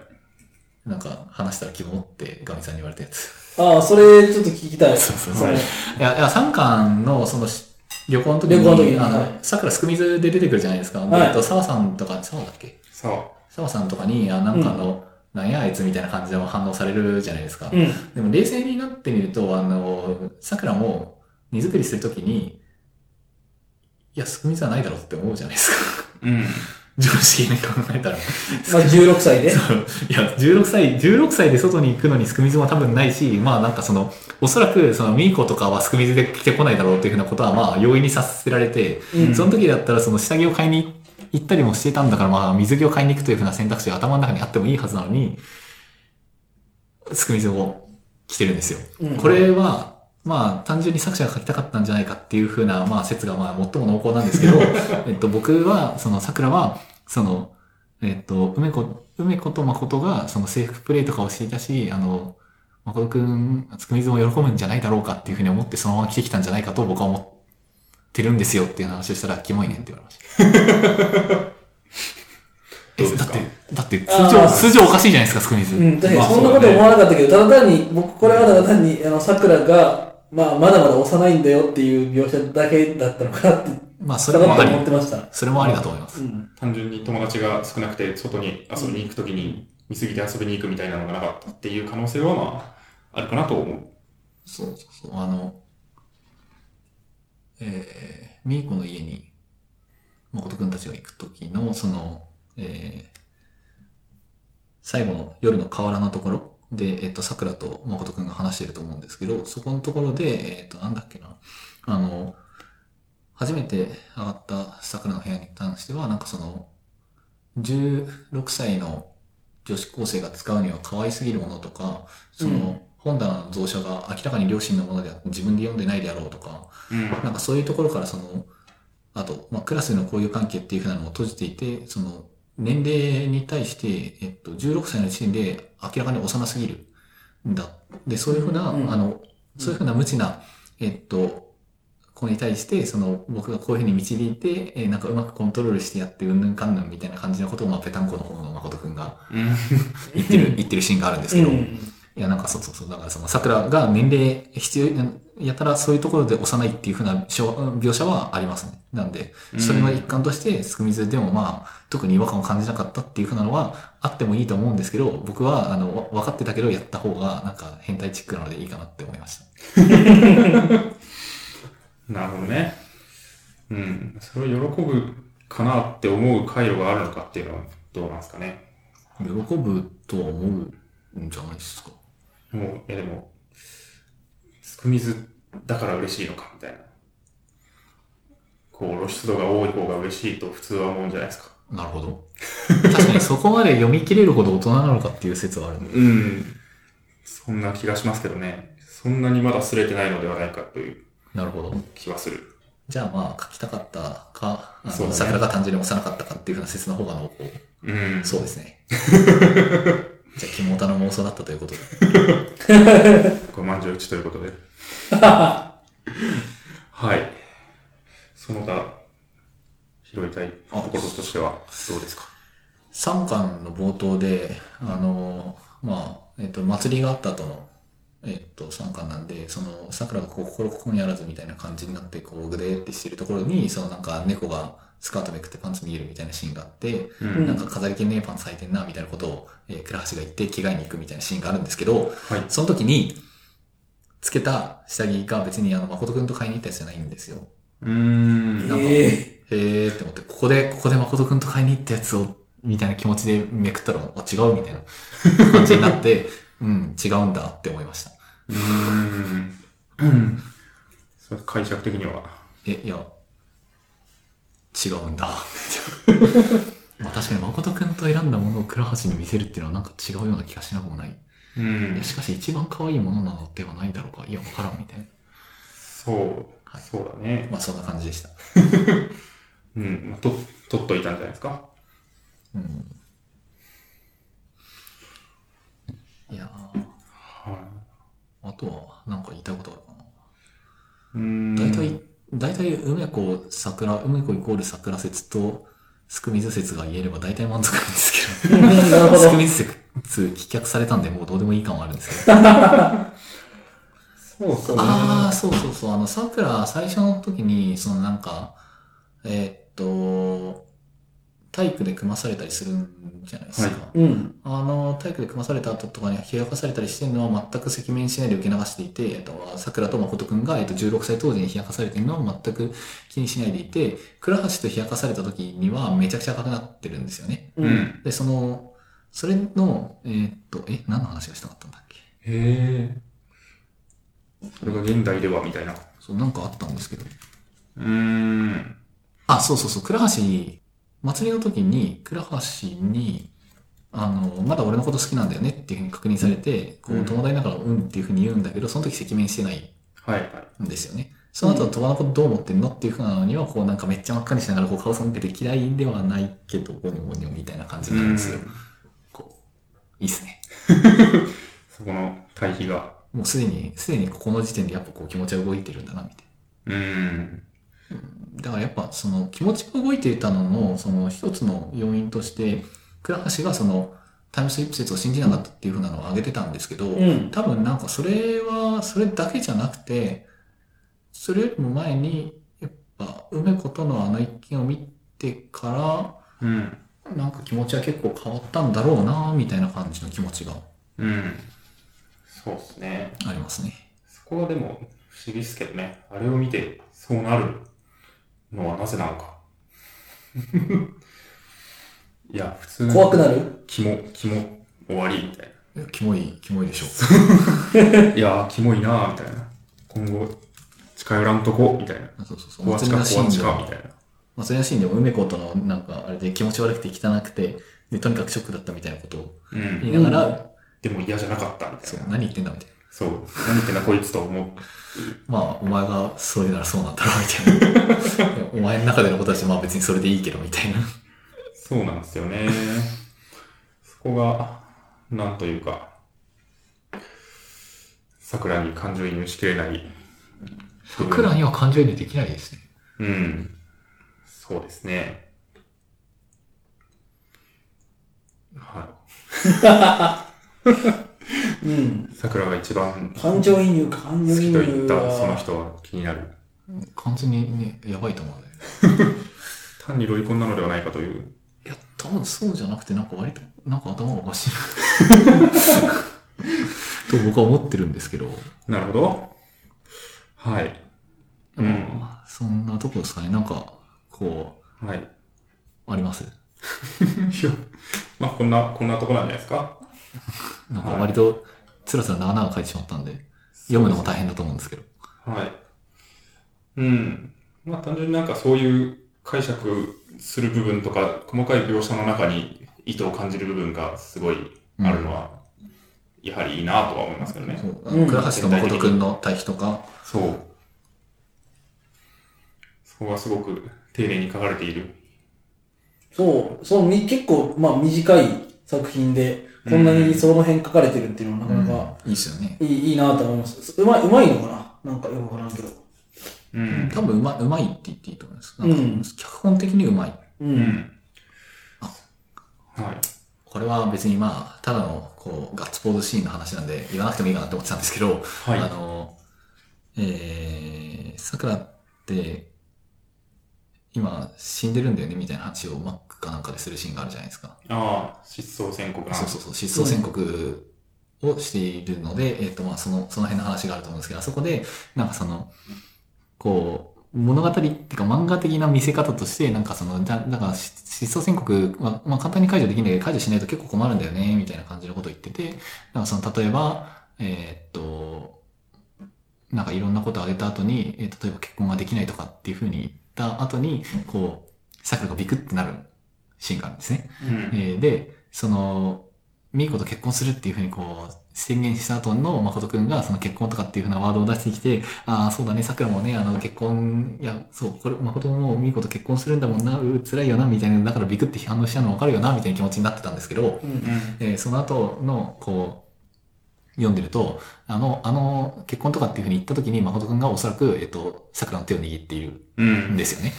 Speaker 1: なんか話したら希望ってガミさんに言われたやつ。
Speaker 3: ああ、それちょっと聞きたい。
Speaker 1: そうそう
Speaker 2: そう
Speaker 3: はい
Speaker 1: いや、いや三巻の、その、し旅行の時に、
Speaker 3: 旅行の時に
Speaker 1: あ
Speaker 3: はい
Speaker 1: の、桜すくみずで出てくるじゃないですか。
Speaker 3: はい
Speaker 1: えっと、沢さんとか、沢だっけ
Speaker 2: さあ。
Speaker 1: 沢さんとかに、あ、なんかあの、なんやあいつみたいな感じで反応されるじゃないですか。
Speaker 3: うん。
Speaker 1: でも冷静になってみると、あの、桜も荷造りするときに、いや、すくみずはないだろうって思うじゃないですか。
Speaker 2: うん。
Speaker 1: 常識に考えたら。
Speaker 3: まあ、16歳で。
Speaker 1: そういや、16歳、16歳で外に行くのにすくみずも多分ないし、まあなんかその、おそらくそのミーコとかはすくみずで来てこないだろうというふうなことはまあ容易にさせられて、
Speaker 3: うん
Speaker 1: その時だったらその下着を買いに行ったりもしてたんだからまあ水着を買いに行くというふうな選択肢が頭の中にあってもいいはずなのに、すくみずを着てるんですよ。
Speaker 3: うん
Speaker 1: これは、まあ単純に作者が書きたかったんじゃないかっていうふうな、まあ説がまあ最も濃厚なんですけど、えっと僕は、その桜は、その、えっと、梅子、梅子と誠がその制服プレイとかをしていたし、あの、誠くん、つくみずも喜ぶんじゃないだろうかっていうふうに思ってそのまま来てきたんじゃないかと僕は思ってるんですよっていう話をしたら、キモいねんって言われました。
Speaker 2: どう
Speaker 1: え
Speaker 2: で
Speaker 1: だ
Speaker 2: す
Speaker 1: っ
Speaker 2: か
Speaker 1: て、だって通
Speaker 3: あ
Speaker 1: 常、
Speaker 3: ー
Speaker 1: 通常おかしいじゃないですか、つくみず。
Speaker 3: うん、確
Speaker 2: ま
Speaker 3: かに
Speaker 2: あ
Speaker 3: そんなこと思わなかったけど、ただ単に、僕、これはただ単に、あの、桜が、まあ、まだまだ幼いんだよっていう描写だけだったのかなって、
Speaker 1: まあそ
Speaker 3: た
Speaker 1: れ
Speaker 3: だ
Speaker 1: もあり
Speaker 3: 思、ってました。
Speaker 1: それもありだと思います
Speaker 3: う。ん。
Speaker 2: 単純に友達が少なくて外に遊びに行くときに見過ぎて遊びに行くみたいなのがなかったっていう可能性はまあ、あるかなと思う。
Speaker 1: そうそうそう、あの、えー、みーこの家に、誠くんたちが行くときの、その、えー、最後の夜の河原のところで、えっと、桜と誠くんが話してると思うんですけど、そこのところで、えっと、なんだっけな、あの、初めて上がった桜の部屋に関しては、なんかその、16歳の女子高生が使うには可愛すぎるものとか、その、
Speaker 3: うん
Speaker 1: 本棚の蔵書が明らかに両親のものであって自分で読んでないであろうとか、
Speaker 2: うん。
Speaker 1: なんかそういうところからその、あと、まあ、クラスの交友関係っていうふうなのを閉じていて、その、年齢に対して、えっと、16歳の時点で明らかに幼すぎるんだ。で、そういうふうな、
Speaker 3: うん
Speaker 1: あの、そういうふうな無知な、えっと、子に対して、その、僕がこういうふうに導いて、えーなんかうまくコントロールしてやって、うんぬんかんぬんみたいな感じのことを、まあ、ペタンコの方の誠くんが
Speaker 2: うん。
Speaker 1: 言っ てる、言ってるシーンがあるんですけど、
Speaker 3: うん
Speaker 1: いや、なんかそうそうそう。だからその桜が年齢必要、やたらそういうところで幼いっていうふうなしょ描写はありますね。なんで、それの一環として、すくみずでもまあ、特に違和感を感じなかったっていうふうなのはあってもいいと思うんですけど、僕は、あの、わ分かってたけどやった方が、なんか変態チックなのでいいかなって思いました。
Speaker 2: なるほどね。うん。それを喜ぶかなって思う回路があるのかっていうのはどうなんですかね。
Speaker 1: 喜ぶとは思うんじゃないですか。
Speaker 2: もう、いやでも、すくみずだから嬉しいのかみたいな。こう、露出度が多い方が嬉しいと普通は思うんじゃないですか。
Speaker 1: なるほど。 確かにそこまで読み切れるほど大人なのかっていう説はあるんで。
Speaker 2: うん。そんな気がしますけどね。そんなにまだ擦れてないのではないかという
Speaker 1: なるほど。
Speaker 2: 気はする。
Speaker 1: じゃあまあ書きたかったか、あの
Speaker 2: そうだね
Speaker 1: 桜が単純に幼かったかっていうふうな説の方が濃厚。
Speaker 2: うん。
Speaker 1: そうです ね。じゃあ、肝タの妄想だったということで。
Speaker 2: ご満場一致ということ で。はい。その他、拾いたいところとしてはどうですか
Speaker 1: 3巻の冒頭で、あの、まあ、えっと、祭りがあった後の、えっと、3巻なんで、その、桜がこう心ここにあらずみたいな感じになって、こう、ぐでーってしてるところに、そのなんか猫がスカートめくってパンツ見えるみたいなシーンがあって、
Speaker 2: うん
Speaker 1: なんか飾り気ねえパンツ履いてんな、みたいなことを、えー、倉橋が言って着替えに行くみたいなシーンがあるんですけど、
Speaker 2: はい。
Speaker 1: その時に、つけた下着が別にあの、誠くんと買いに行ったやつじゃないんですよ。
Speaker 2: うーん。
Speaker 1: なんか
Speaker 3: え
Speaker 1: へーって思って、ここで、ここで誠くんと買いに行ったやつを、みたいな気持ちでめくったら、あ、違うみたいな感じになって、 うん、違うんだって思いました。
Speaker 2: うーん。それ解釈的には。
Speaker 1: え、いや、違うんだ。 まあ確かに誠くんと選んだものを倉橋に見せるっていうのはなんか違うような気がしなくもない。
Speaker 2: うん
Speaker 1: いや。しかし一番可愛いものなのではないだろうか。いや、わからんみたいな。
Speaker 2: そう。そうだね。
Speaker 1: まあそんな感じでした。
Speaker 2: うん。まあと、取っといたんじゃないですか。
Speaker 1: うん。いやー
Speaker 2: は
Speaker 1: あとはなんか言いたいことあるかな。
Speaker 2: い。うーん。
Speaker 1: 大体、大体、梅子、桜、梅子イコール桜説と、すくみず説が言えれば大体満足なんですけ
Speaker 3: ー、なるほ
Speaker 1: ど、すく
Speaker 3: ど。
Speaker 1: みず説棄却されたんで、もうどうでもいい感はあるんですけど。
Speaker 2: そうそう。
Speaker 1: ああ、そうそうそう、あの、桜、最初の時に、そのなんか、えーっと、体育で組まされたりするんじゃないですか。
Speaker 2: は
Speaker 3: うん。
Speaker 1: あの、体育で組まされた後とかに冷やかされたりしてるのは全く赤面しないで受け流していて、えっと、桜と誠くんが、えっと、16歳当時に冷やかされてるのは全く気にしないでいて、倉橋と冷やかされた時にはめちゃくちゃ赤くなってるんですよね。
Speaker 2: う。ん。
Speaker 1: で、その、それの、えっと、え、何の話がしたかったんだっけ
Speaker 2: へえ。それが現代では、みたいな。
Speaker 1: そう、なんかあったんですけど。
Speaker 2: うーん。
Speaker 1: あ、そうそうそう、倉橋に、祭りの時に、倉橋に、あの、まだ俺のこと好きなんだよねっていうふうに確認されて、こ
Speaker 2: うん
Speaker 1: う、友達ながらうんっていうふうに言うんだけど、その時赤面してない
Speaker 2: はい、はい。
Speaker 1: んですよね。その後、鳥羽のことどう思ってんのっていうふうなのには、こうなんかめっちゃ真っ赤にしながら、こう顔さんけて嫌いではないけど、ゴニョゴニョみたいな感じになるんですよ。こう、いいっすね。
Speaker 2: そこの対比が。
Speaker 1: もうすでに、すでにここの時点でやっぱこう気持ちは動いてるんだな、みたいな。
Speaker 2: うーん。
Speaker 1: だからやっぱその気持ちが動いていたのの、その一つの要因として、倉橋がそのタイムスリップ説を信じなかったっていうふうなのを挙げてたんですけど、
Speaker 3: うん
Speaker 1: 多分なんかそれは、それだけじゃなくて、それよりも前に、やっぱ梅子とのあの一件を見てか
Speaker 2: うん。
Speaker 1: ら、なんか気持ちは結構変わったんだろうなみたいな感じの気持ちが
Speaker 2: うん。そうっすね。
Speaker 1: ありますね。
Speaker 2: そこはでも不思議っすけどね。あれを見てそうなるのはなぜなのか。 いや、普通に
Speaker 3: 怖くなる
Speaker 2: キモ、キモ、終わりみたい
Speaker 1: いやキモい、キモいでしょ。
Speaker 2: な。いやー、キモいなーみたいな。今後、近寄らんとこ、みたいな。
Speaker 1: そうそうそう。
Speaker 2: 怖ちか
Speaker 1: のシーン
Speaker 2: 怖
Speaker 1: で
Speaker 2: ちか、みたいな。
Speaker 1: まあ、それらしいんでも、梅子との、なんか、あれで気持ち悪くて汚くて、で、とにかくショックだったみたいなことを
Speaker 2: うん
Speaker 1: 言い。ながら、
Speaker 2: でも嫌じゃなかった、みた
Speaker 1: そ
Speaker 2: いうな、。
Speaker 1: 何言ってんだみたいな。
Speaker 2: そう。何言ってんだこいつと思
Speaker 1: まあ、お前がそれならそうなんだろう、みたいな。お 前の中でのことだし、まあ別にそれでいいけど、みたいな。
Speaker 2: う。そうなんですよね。そこが、なんというか、桜に感情移入しきれない。
Speaker 1: 桜には感情移入できないですね。
Speaker 2: うん。そうですね。は
Speaker 3: うん。
Speaker 2: い。桜が一番好
Speaker 3: 感情移入、感情移
Speaker 2: きと言
Speaker 3: 入
Speaker 2: ったその
Speaker 3: は。
Speaker 2: 人は気になる。
Speaker 1: 完全にね、やばいと思うんだよね。
Speaker 2: 単にロイコンなのではないかという。
Speaker 1: いや、多分そうじゃなくて、なんか割と、なんか頭がおかしいな。 と僕は思ってるんですけど。
Speaker 2: なるほど。はい。うん。
Speaker 1: まあそんなとこですかね。なんか、こ、
Speaker 2: はい。いう
Speaker 1: あります
Speaker 2: や、まあこんな、こんなとこなんじゃないですか。
Speaker 1: なんか割と、つらつら長々書いてしまったんで、読むのも大変だと思うんですけど。
Speaker 2: はい。うん。まあ単純になんかそういう解釈する部分とか、細かい描写の中に意図を感じる部分がすごいあるのは、やはりいいなとは思いますけどね。
Speaker 1: そうあ
Speaker 3: う
Speaker 1: の
Speaker 3: ん
Speaker 1: 倉橋と誠くんの対比とか、
Speaker 2: そう。そこがすごく丁寧に書かれている。
Speaker 3: そう、そう、み結構、まあ短い作品で、こんなにその辺書かれてるっていうのはなかなか
Speaker 1: いいですよね。
Speaker 3: いい,、いいなと思います。うまい、うまいのかななんかよくわからんけど。
Speaker 2: うん。
Speaker 1: 多分うまうまいって言っていいと思います。なんか
Speaker 3: うん
Speaker 1: 脚本的にうまい。
Speaker 3: う。
Speaker 2: うんん。はい。
Speaker 1: これは別にまあ、ただの、こう、ガッツポーズシーンの話なんで、言わなくてもいいかなって思ってたんですけど、
Speaker 2: はい
Speaker 1: あの、えー、桜って、今、死んでるんだよね、みたいな話をマックかなんかでするシーンがあるじゃないですか。
Speaker 2: ああ、失踪宣告な。
Speaker 1: そうそうそう、失踪宣告をしているので、えっ、と、まあ、その、その辺の話があると思うんですけど、あそこで、なんかその、こう、物語っていうか漫画的な見せ方として、なんかその、だだからし失踪宣告は、まあ、簡単に解除できないけど、解除しないと結構困るんだよね、みたいな感じのことを言ってて、なんかその、例えば、えーっと、なんかいろんなことを挙げた後に、えー例えば結婚ができないとかっていうふうに言った後に、こう、桜がビクってなるシーンがあるんですね。
Speaker 2: うん。
Speaker 1: えーで、その、ミーコと結婚するっていうふうにこう、宣言した後の誠くんがその結婚とかっていうふうなワードを出してきて、ああ、そうだね、桜もね、あの結婚、いや、そう、これ、誠ももうミーコと結婚するんだもんな、う辛いよな、みたいな、だからビクって批判をしたの分かるよな、みたいな気持ちになってたんですけど、
Speaker 3: うん
Speaker 2: うん。
Speaker 1: えーその後の、こう、読んでると、あの、あの、結婚とかっていうふうに言った時に誠くんがおそらく、えっと、桜の手を握っている
Speaker 2: うんん。
Speaker 1: ですよね。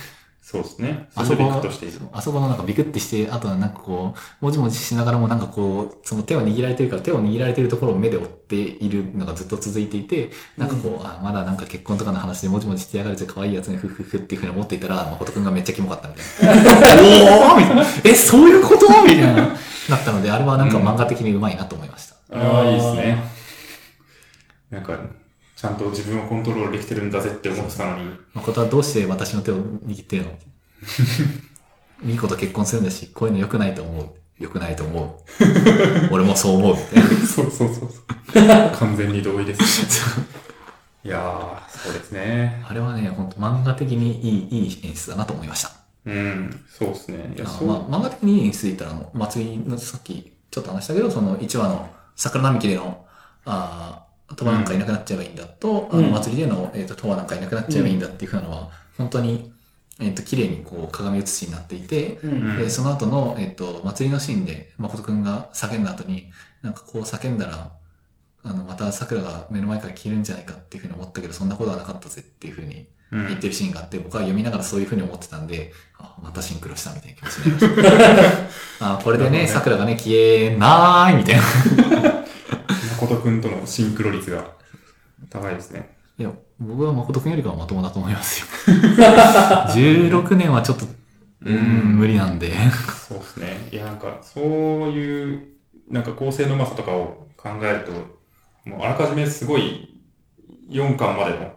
Speaker 2: そうですね。
Speaker 1: あ
Speaker 2: あ
Speaker 1: そ
Speaker 2: そ
Speaker 1: こ
Speaker 2: こ
Speaker 1: の
Speaker 2: としている。
Speaker 1: あそこのなんかビクってして、あとはなんかこう、もじもじしながらもなんかこう、その手を握られてるから手を握られてるところを目で追っているのがずっと続いていて、なんかこう、あ、まだなんか結婚とかの話でもじもじしてやがるぜ、可愛いやつね、ふふふっていうふうに思っていたら、誠くんがめっちゃキモかったみたいな。おー みたいな。え、そういうことみたいな。なったので、あれはなんか漫画的にうまいなと思いました。
Speaker 2: ああ、いいですね。なんか、ちゃんと自分をコントロールできてるんだぜって思ってたのに。
Speaker 1: 誠はどうして私の手を握ってるのミコと結婚するんだし、こういうの良くないと思う。良くないと思う。俺もそう思う。みたいな。
Speaker 2: そうそう そうそう。完全に同意です。いやー、そうですね。
Speaker 1: あれはね、本当漫画的にいい、いい演出だなと思いました。
Speaker 2: うん、そうですね。いや、
Speaker 1: あ
Speaker 2: そう。
Speaker 1: まあ、漫画的にいい演出で言ったら、あの、祭りのさっきちょっと話したけど、その1話の桜並木での、ああ、鳥羽なんかいなくなっちゃえばいいんだと、
Speaker 3: うん
Speaker 1: あの、祭りでの、えっ、と、鳥羽なんかいなくなっちゃえばいいんだっていうふうなのは、本当に、えっ、と、綺麗にこう、鏡写しになっていて、
Speaker 3: う
Speaker 2: うん
Speaker 3: ん。
Speaker 1: で、その後の、えっと、祭りのシーンで、誠くんが叫んだ後に、なんかこう叫んだら、あの、また桜が目の前から消えるんじゃないかっていうふうに思ったけど、そんなことはなかったぜっていうふうに
Speaker 2: うん
Speaker 1: 言ってるシーンがあって、僕は読みながらそういうふうに思ってたんで、あ、またシンクロしたみたいな気持ちになりま した。あ、これで
Speaker 2: なる
Speaker 1: ね、
Speaker 2: ほどね
Speaker 1: 桜がね、消えなーい みたいな。
Speaker 2: 誠くんとのシンクロ率が高いですね。
Speaker 1: いや、僕は誠くんよりかはまともだと思います よ。16年はちょっと、うん、無理なんで。
Speaker 2: そうですね。いや、なんか、そういう、なんか構成のうまさとかを考えると、もうあらかじめすごい4巻までの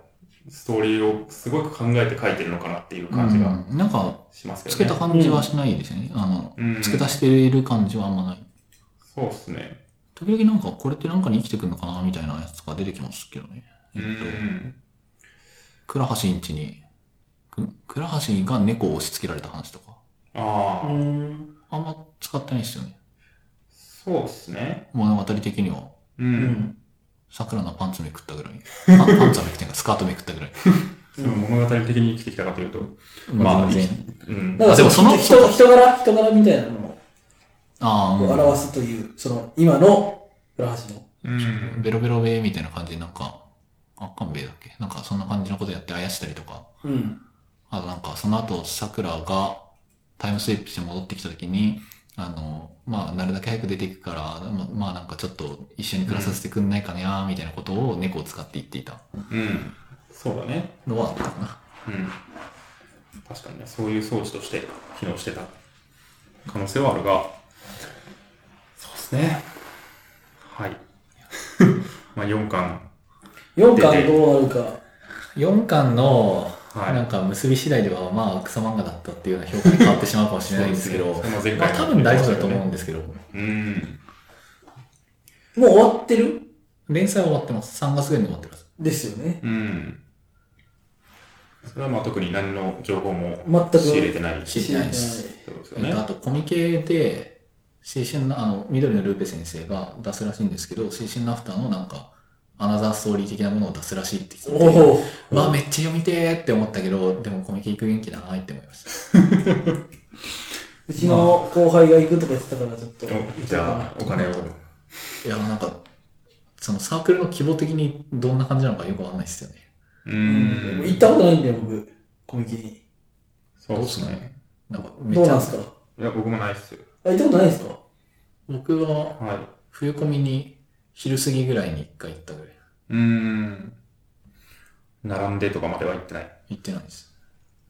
Speaker 2: ストーリーをすごく考えて書いてるのかなっていう感じが
Speaker 1: うんなんか、
Speaker 2: しますけど
Speaker 1: つけ
Speaker 2: ね。
Speaker 1: た感じはしないですよね。あの、
Speaker 2: うん
Speaker 1: 付け足している感じはあんまない。
Speaker 2: そうですね。
Speaker 1: 時々なんか、これってなんかに生きてくるのかなみたいなやつとか出てきますけどね。
Speaker 2: う
Speaker 1: えっと、
Speaker 2: ん。
Speaker 1: 倉橋んちに、く倉橋が猫を押し付けられた話とか。
Speaker 2: ああ、
Speaker 3: うん。
Speaker 1: あんま使ってないですよね。
Speaker 2: そうですね。
Speaker 1: 物語的には。
Speaker 2: う。
Speaker 3: うんん。
Speaker 1: 桜のパンツめくったぐらい。パンパンツはめくってんか、スカートめくったぐらい。
Speaker 2: その物語的に生きてきたかというと、
Speaker 1: まあ、全
Speaker 2: うん。
Speaker 3: だから
Speaker 1: あでもその
Speaker 3: 人、人柄、人柄みたいなの
Speaker 1: ああ、
Speaker 3: を
Speaker 1: う
Speaker 3: 表すという、その、今の、倉橋の。
Speaker 2: うん
Speaker 1: ん。。ベロベロベーみたいな感じで、なんか、あ、勘弁だっけなんか、そんな感じのことやってあやしたりとか。
Speaker 3: うん。
Speaker 1: あとなんか、その後、桜がタイムスリップして戻ってきた時に、あの、まあ、なるだけ早く出ていくから、ままあなんかちょっと一緒に暮らさせてくんないかねや、みたいなことを猫を使って言っていた
Speaker 2: うん。そうだね。
Speaker 1: のはあったかな。
Speaker 2: うん。確かにね、そういう装置として機能してた可能性はあるが、そうですね。はい。 まあ4巻。
Speaker 3: 4巻どうなるか。
Speaker 1: 4巻の、
Speaker 2: はい
Speaker 1: なんか結び次第では、まあ、草漫画だったっていうような評価に変わってしまうかもしれないんですけど、
Speaker 2: そうですね
Speaker 1: まあ多分大丈夫だと思うんですけど、
Speaker 2: うん。
Speaker 3: もう終わってる
Speaker 1: 連載は終わってます。3月ぐらいに終わってます。
Speaker 3: ですよね。
Speaker 2: うん。それはまあ特に何の情報も
Speaker 3: 全く
Speaker 2: 仕入れてない
Speaker 1: 知
Speaker 2: し、
Speaker 1: りたいです
Speaker 3: 知り
Speaker 2: そうですよ
Speaker 1: えっと、あ
Speaker 2: ね。
Speaker 1: とコミケで、青春の、あの、緑のルーペ先生が出すらしいんですけど、青春のアフターのなんか、アナザーストーリー的なものを出すらしいって聞
Speaker 3: た
Speaker 1: い
Speaker 3: い
Speaker 1: て、
Speaker 3: おお。
Speaker 1: まあめっちゃ読みてーって思ったけど、でもコミケ行く元気だなーって思いました。
Speaker 3: うちの後輩が行くとか言ってたから、ちょっと。
Speaker 2: おじゃあ、お金を。
Speaker 1: いや、なんか、そのサークルの規模的にどんな感じなのかよくわかんないですよね。
Speaker 2: う
Speaker 3: うん。行
Speaker 2: ん
Speaker 3: っ。たことないんだよ、僕。コミケに。
Speaker 2: そうですね。
Speaker 1: なんかめ
Speaker 3: ど
Speaker 1: っ
Speaker 3: う
Speaker 1: ち
Speaker 3: なん
Speaker 1: ゃ
Speaker 3: すか
Speaker 2: いや、僕もないっすよ。
Speaker 3: あ、行ったことないですか
Speaker 1: 僕は、
Speaker 2: はい。
Speaker 1: 冬込みに、昼過ぎぐらいに一回行ったぐらい。
Speaker 2: うーん。並んでとかまでは行ってない。
Speaker 1: 行ってないです。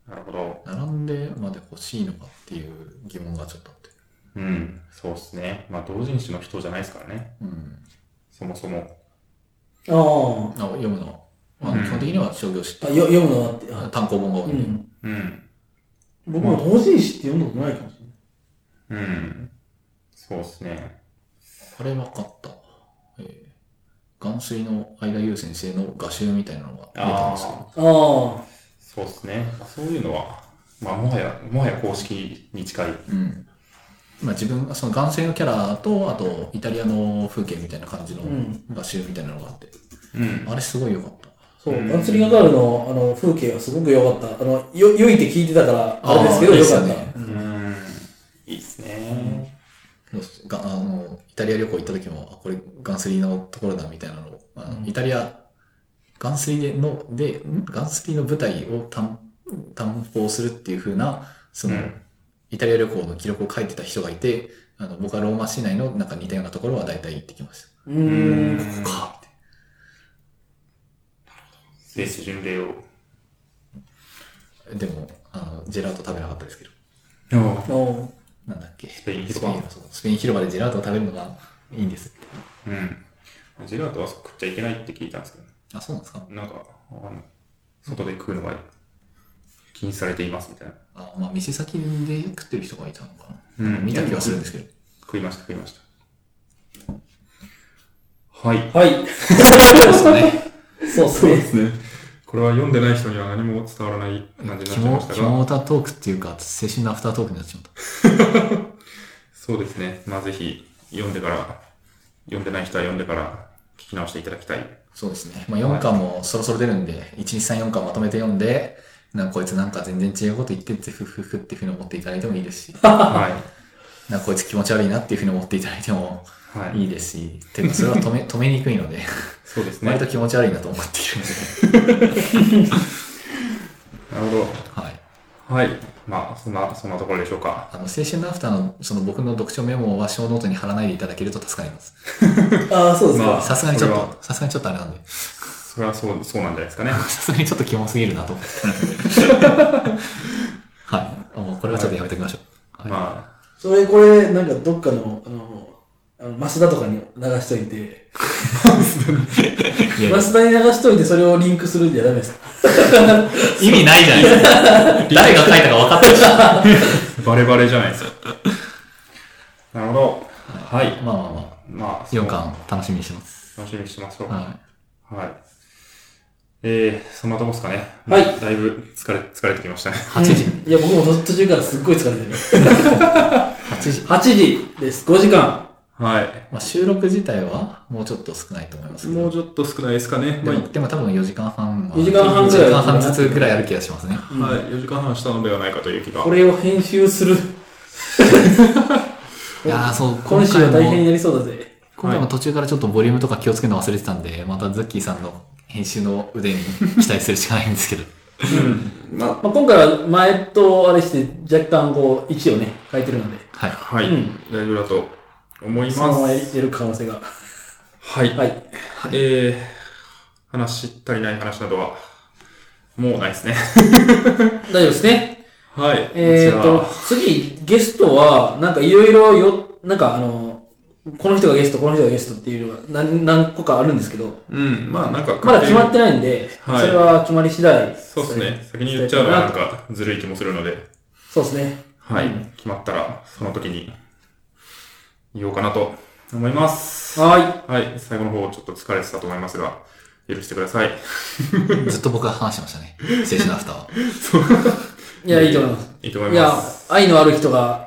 Speaker 2: なるほど。
Speaker 1: 並んでまで欲しいのかっていう疑問がちょっとあって。
Speaker 2: うん。そうっすね。まあ、同人誌の人じゃないですからね。
Speaker 1: うん。
Speaker 2: そもそも。
Speaker 3: あ
Speaker 1: あ読むのは、まあ、
Speaker 2: うん
Speaker 1: 基本的には商業誌っ
Speaker 3: あ。
Speaker 1: て
Speaker 3: あ、よ読むのはって。あ
Speaker 1: 単行本が多
Speaker 3: う
Speaker 1: いんで、
Speaker 3: ん。
Speaker 2: うん。
Speaker 3: 僕も同人誌って読んだことないかもしれない。
Speaker 2: うん。そうっすね。
Speaker 1: あれ分かった。えー、元帥の相田優先生の画集みたいなのが出たんですけど
Speaker 2: あ。
Speaker 3: あ
Speaker 2: そうっすね。そういうのは、まあ、もはや、もはや公式に近い。
Speaker 1: うん。まあ自分、その男性のキャラと、あと、イタリアの風景みたいな感じの
Speaker 3: うん
Speaker 1: 画集みたいなのがあって、
Speaker 2: うん。
Speaker 1: あれすごい良かった。
Speaker 3: あ。そうう、
Speaker 2: ん
Speaker 3: ガンツリンガガールのあの風景がすごく良かった。あの、よ、良いって聞いてたから、あれですけど、
Speaker 1: あー
Speaker 3: 良か
Speaker 1: い
Speaker 3: っ
Speaker 1: いっすよね
Speaker 3: た。う
Speaker 2: うんん。いいっすね。
Speaker 1: そうっすがあのイタリア旅行行った時も、あこれガンスリのところだみたいなのを、あの
Speaker 3: うん
Speaker 1: イタリア、ガンスリでの、で、んガンスリの舞台を担担保するっていう風な、その、
Speaker 2: うん
Speaker 1: イタリア旅行の記録を書いてた人がいて、あの僕はローマ市内のなんか似たようなところは大体行ってきまし
Speaker 3: う
Speaker 2: う
Speaker 3: ーん。
Speaker 1: た。かって
Speaker 2: 聖地巡礼を。
Speaker 1: でも、あの、ジェラート食べなかったですけど。
Speaker 2: あ
Speaker 3: お
Speaker 1: なんだっけス
Speaker 2: ペイン広場
Speaker 1: そうスペイン広場でジェラートを食べるのがいいんですって。
Speaker 2: あうん。ジェラートは食っちゃいけないって聞いたんですけど、
Speaker 1: あ、そうなんですか
Speaker 2: なんか、あの、外で食うのが禁止されていますみたいな。
Speaker 1: あまあ、店先で食ってる人がいたのかな。
Speaker 2: うん
Speaker 1: 見た気がするんですけど。
Speaker 2: 食いました、食いました。はい。
Speaker 3: はい。
Speaker 1: そうですかね。
Speaker 3: そうですね。
Speaker 2: すね。これは読んでない人には何も伝わらない感じになっちゃいました
Speaker 1: 肝
Speaker 2: が、
Speaker 1: 歌トークっていうか、青春のアフタートークになっちゃった。
Speaker 2: そうですね。まあぜひ、読んでから、読んでない人は読んでから聞き直していただきたい。
Speaker 1: そうですね。まあ、4巻もそろそろ出るんで、1、2、3、4巻まとめて読んで、なんかこいつなんか全然違うこと言ってって、ふふふっていうふうに思っていただいてもいい ですし、
Speaker 2: は
Speaker 1: なんかこいつ気持ち悪いなっていうふうに思っていただいても
Speaker 2: い。はいい。
Speaker 1: いですし、てかそれは止め、止めにくいので、
Speaker 2: そうですね。
Speaker 1: 割
Speaker 2: な
Speaker 1: と
Speaker 2: る
Speaker 1: 気持ち悪いなと思っている ので。
Speaker 2: ほ
Speaker 1: はい。
Speaker 2: ど。はい。まあ、そんな、そんなところでしょうか。
Speaker 1: あの、青春のアフターの、その僕の読書メモは小ノートに貼らないでいただけると助かります。
Speaker 3: ああ、そうです
Speaker 2: まあ
Speaker 3: か。
Speaker 1: さすがにちょっ
Speaker 2: それは
Speaker 1: と、さすがにちょっとあれなんで。
Speaker 2: それはそう、そうなんじゃないですかね。
Speaker 1: さすがにちょっとキモすぎるな と思って。はい。もうこれはちょっとやめておきましょう。はい。
Speaker 2: ま
Speaker 3: それ、これ、なんかどっかの、あの、あのマスダとかに流しといて、
Speaker 1: いやいや
Speaker 3: マスダに流しといて、それをリンクするんじゃダメですか。
Speaker 1: 意味ないじゃないですか。 誰が書いたか分かってるし。まあ
Speaker 2: あ、バレバレじゃないですか。なるほど。はい。
Speaker 1: まあま
Speaker 2: まあ、
Speaker 1: あ、4。巻楽しみにしてます。
Speaker 2: 楽しみにしてますょう。は。
Speaker 1: はい
Speaker 2: えー、そんなとこですかね。
Speaker 3: はい
Speaker 2: だいぶ疲れ、疲れてきましたね。
Speaker 1: い。8時。
Speaker 3: うんいや、僕も途中からすっごい疲 れてる。
Speaker 1: 8時。
Speaker 3: 8時です。5時間。
Speaker 2: はい。
Speaker 1: まあ収録自体はもうちょっと少ないと思いますけど。
Speaker 2: もうちょっと少ないですかね。
Speaker 1: で
Speaker 2: まあ、
Speaker 1: も、でも多分4時間半は。
Speaker 3: 4時間半ぐらい
Speaker 1: 4時間半ずつぐらいある気がしますね。
Speaker 2: はい。4時間半したのではないかという気が。
Speaker 3: これを編集する。
Speaker 1: いやーそう、
Speaker 3: 今
Speaker 1: 今
Speaker 3: 週は大
Speaker 1: 回
Speaker 3: 変に
Speaker 1: も、
Speaker 3: なりそうだぜ。
Speaker 1: 今回も途中からちょっとボリュームとか気をつけるの忘れてたんで、またズッキーさんの編集の腕に期待するしかないんですけど。
Speaker 2: うん。ま
Speaker 3: まあ、今回は前とあれして、若干こう、位置をね、変えてるので、
Speaker 1: はい
Speaker 2: あ、。はい。
Speaker 3: うん
Speaker 2: 大丈夫だと思い
Speaker 3: そのま
Speaker 2: ま。
Speaker 3: ますやれる可能性が。
Speaker 2: はい。
Speaker 3: はい。
Speaker 2: えー、話し足りない話などは、もうないですね。
Speaker 3: 大丈夫ですね。
Speaker 2: はい。
Speaker 3: えー、
Speaker 2: こ
Speaker 3: と、次、ゲストは、なんかいろいろよ、なんかあの、この人がゲスト、この人がゲストっていうのが何何個かあるんですけど、
Speaker 2: ちら。うん。まあ、なんか、
Speaker 3: まだ決まってないんで、
Speaker 2: はい
Speaker 3: それは決まり次第。
Speaker 2: そうですね。先に言っちゃうのはなんかずるい気もするので、
Speaker 3: そうですね。
Speaker 2: はい。
Speaker 3: うん
Speaker 2: 決まったら、その時に言おうかなと思います。
Speaker 3: は
Speaker 2: はい。最後の方、ちょっと疲れてたと思いますが、許してください。
Speaker 1: ずっと僕は話してましたね。青春アフターは。
Speaker 3: い。いや、いいと思います。
Speaker 2: いいと思い
Speaker 3: いや
Speaker 2: ます。、
Speaker 3: 愛のある人が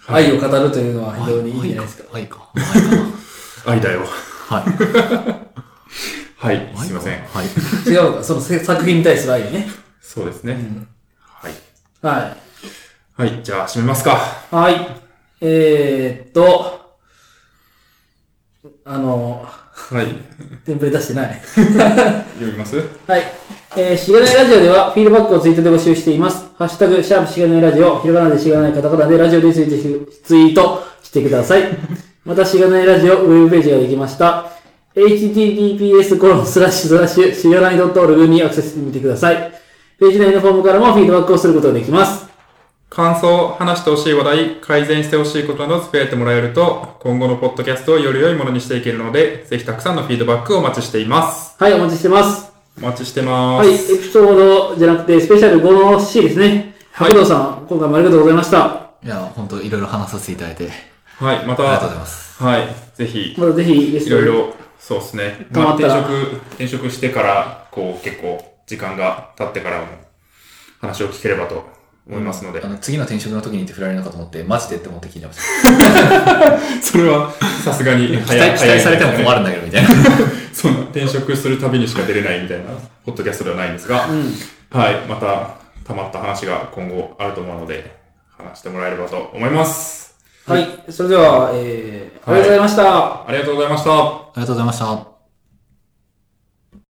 Speaker 2: はい
Speaker 3: 愛を語るというのは非常にいいんじゃないですか。
Speaker 1: はいか。はいか。
Speaker 2: 愛だよ。
Speaker 1: はい。
Speaker 2: はい。すいません。
Speaker 1: はい。
Speaker 3: 違うのか、そのせ作品に対する愛ね。
Speaker 2: そうですね。はい。
Speaker 3: は
Speaker 2: はい。じゃあ、閉めますか。
Speaker 3: い。はい。えー、っと、あの、
Speaker 2: はい。
Speaker 3: テンプレ出してない。
Speaker 2: 読みます
Speaker 3: はい。えー、しがないラジオでは、フィードバックをツイートで募集しています。ハッシュタグ、シャープしがないラジオ、ひらがなでしがないカタカナでラジオでついてしツイートしてください。 また、しがないラジオ、ウェブページができました。https コロンスラッシュスラッシュ、しがない .org にアクセスしてみてください。ページ内のフォームからもフィードバックをすることができます。
Speaker 2: 感想、話してほしい話題、改善してほしいことなどつぶやいてもらえると、今後のポッドキャストをより良いものにしていけるので、ぜひたくさんのフィードバックをお待ちしています。
Speaker 3: はい、お待ちしてます。
Speaker 2: お待ちしてま
Speaker 3: は
Speaker 2: す。
Speaker 3: い、エピソードじゃなくて、スペシャル5の C ですね。
Speaker 2: はい
Speaker 3: 白道さん、今回もありがとうございました。
Speaker 1: いや、本当いろいろ話させていただいて、
Speaker 2: はい。ま
Speaker 1: あり
Speaker 2: た
Speaker 1: がとうございます。
Speaker 2: はい。ぜひ、
Speaker 3: またぜひゲス
Speaker 2: い
Speaker 3: ト
Speaker 2: ろ
Speaker 3: に
Speaker 2: いろ、そうですね。
Speaker 3: 頑
Speaker 4: まあ、
Speaker 3: 張っ
Speaker 4: 転
Speaker 3: たら
Speaker 4: 職、転職してから、こう、結構、時間が経ってからも、話を聞ければと思いますので。
Speaker 1: あの、次の転職の時にって振られるのかと思って、マジでって思って聞いてました。
Speaker 2: それは、さすがに
Speaker 1: 期待、期待されても困
Speaker 2: る。
Speaker 1: るんだけど、みたい な。
Speaker 2: そんな、転職するたびにしか出れないみたいな、ポッドキャストではないんですが、
Speaker 3: うん。
Speaker 2: はい。また、溜まった話が今後あると思うので、話してもらえればと思います。
Speaker 3: はい、それでは、えー、ありがとうございました。
Speaker 2: ありがとうございました。
Speaker 1: ありがとうございました。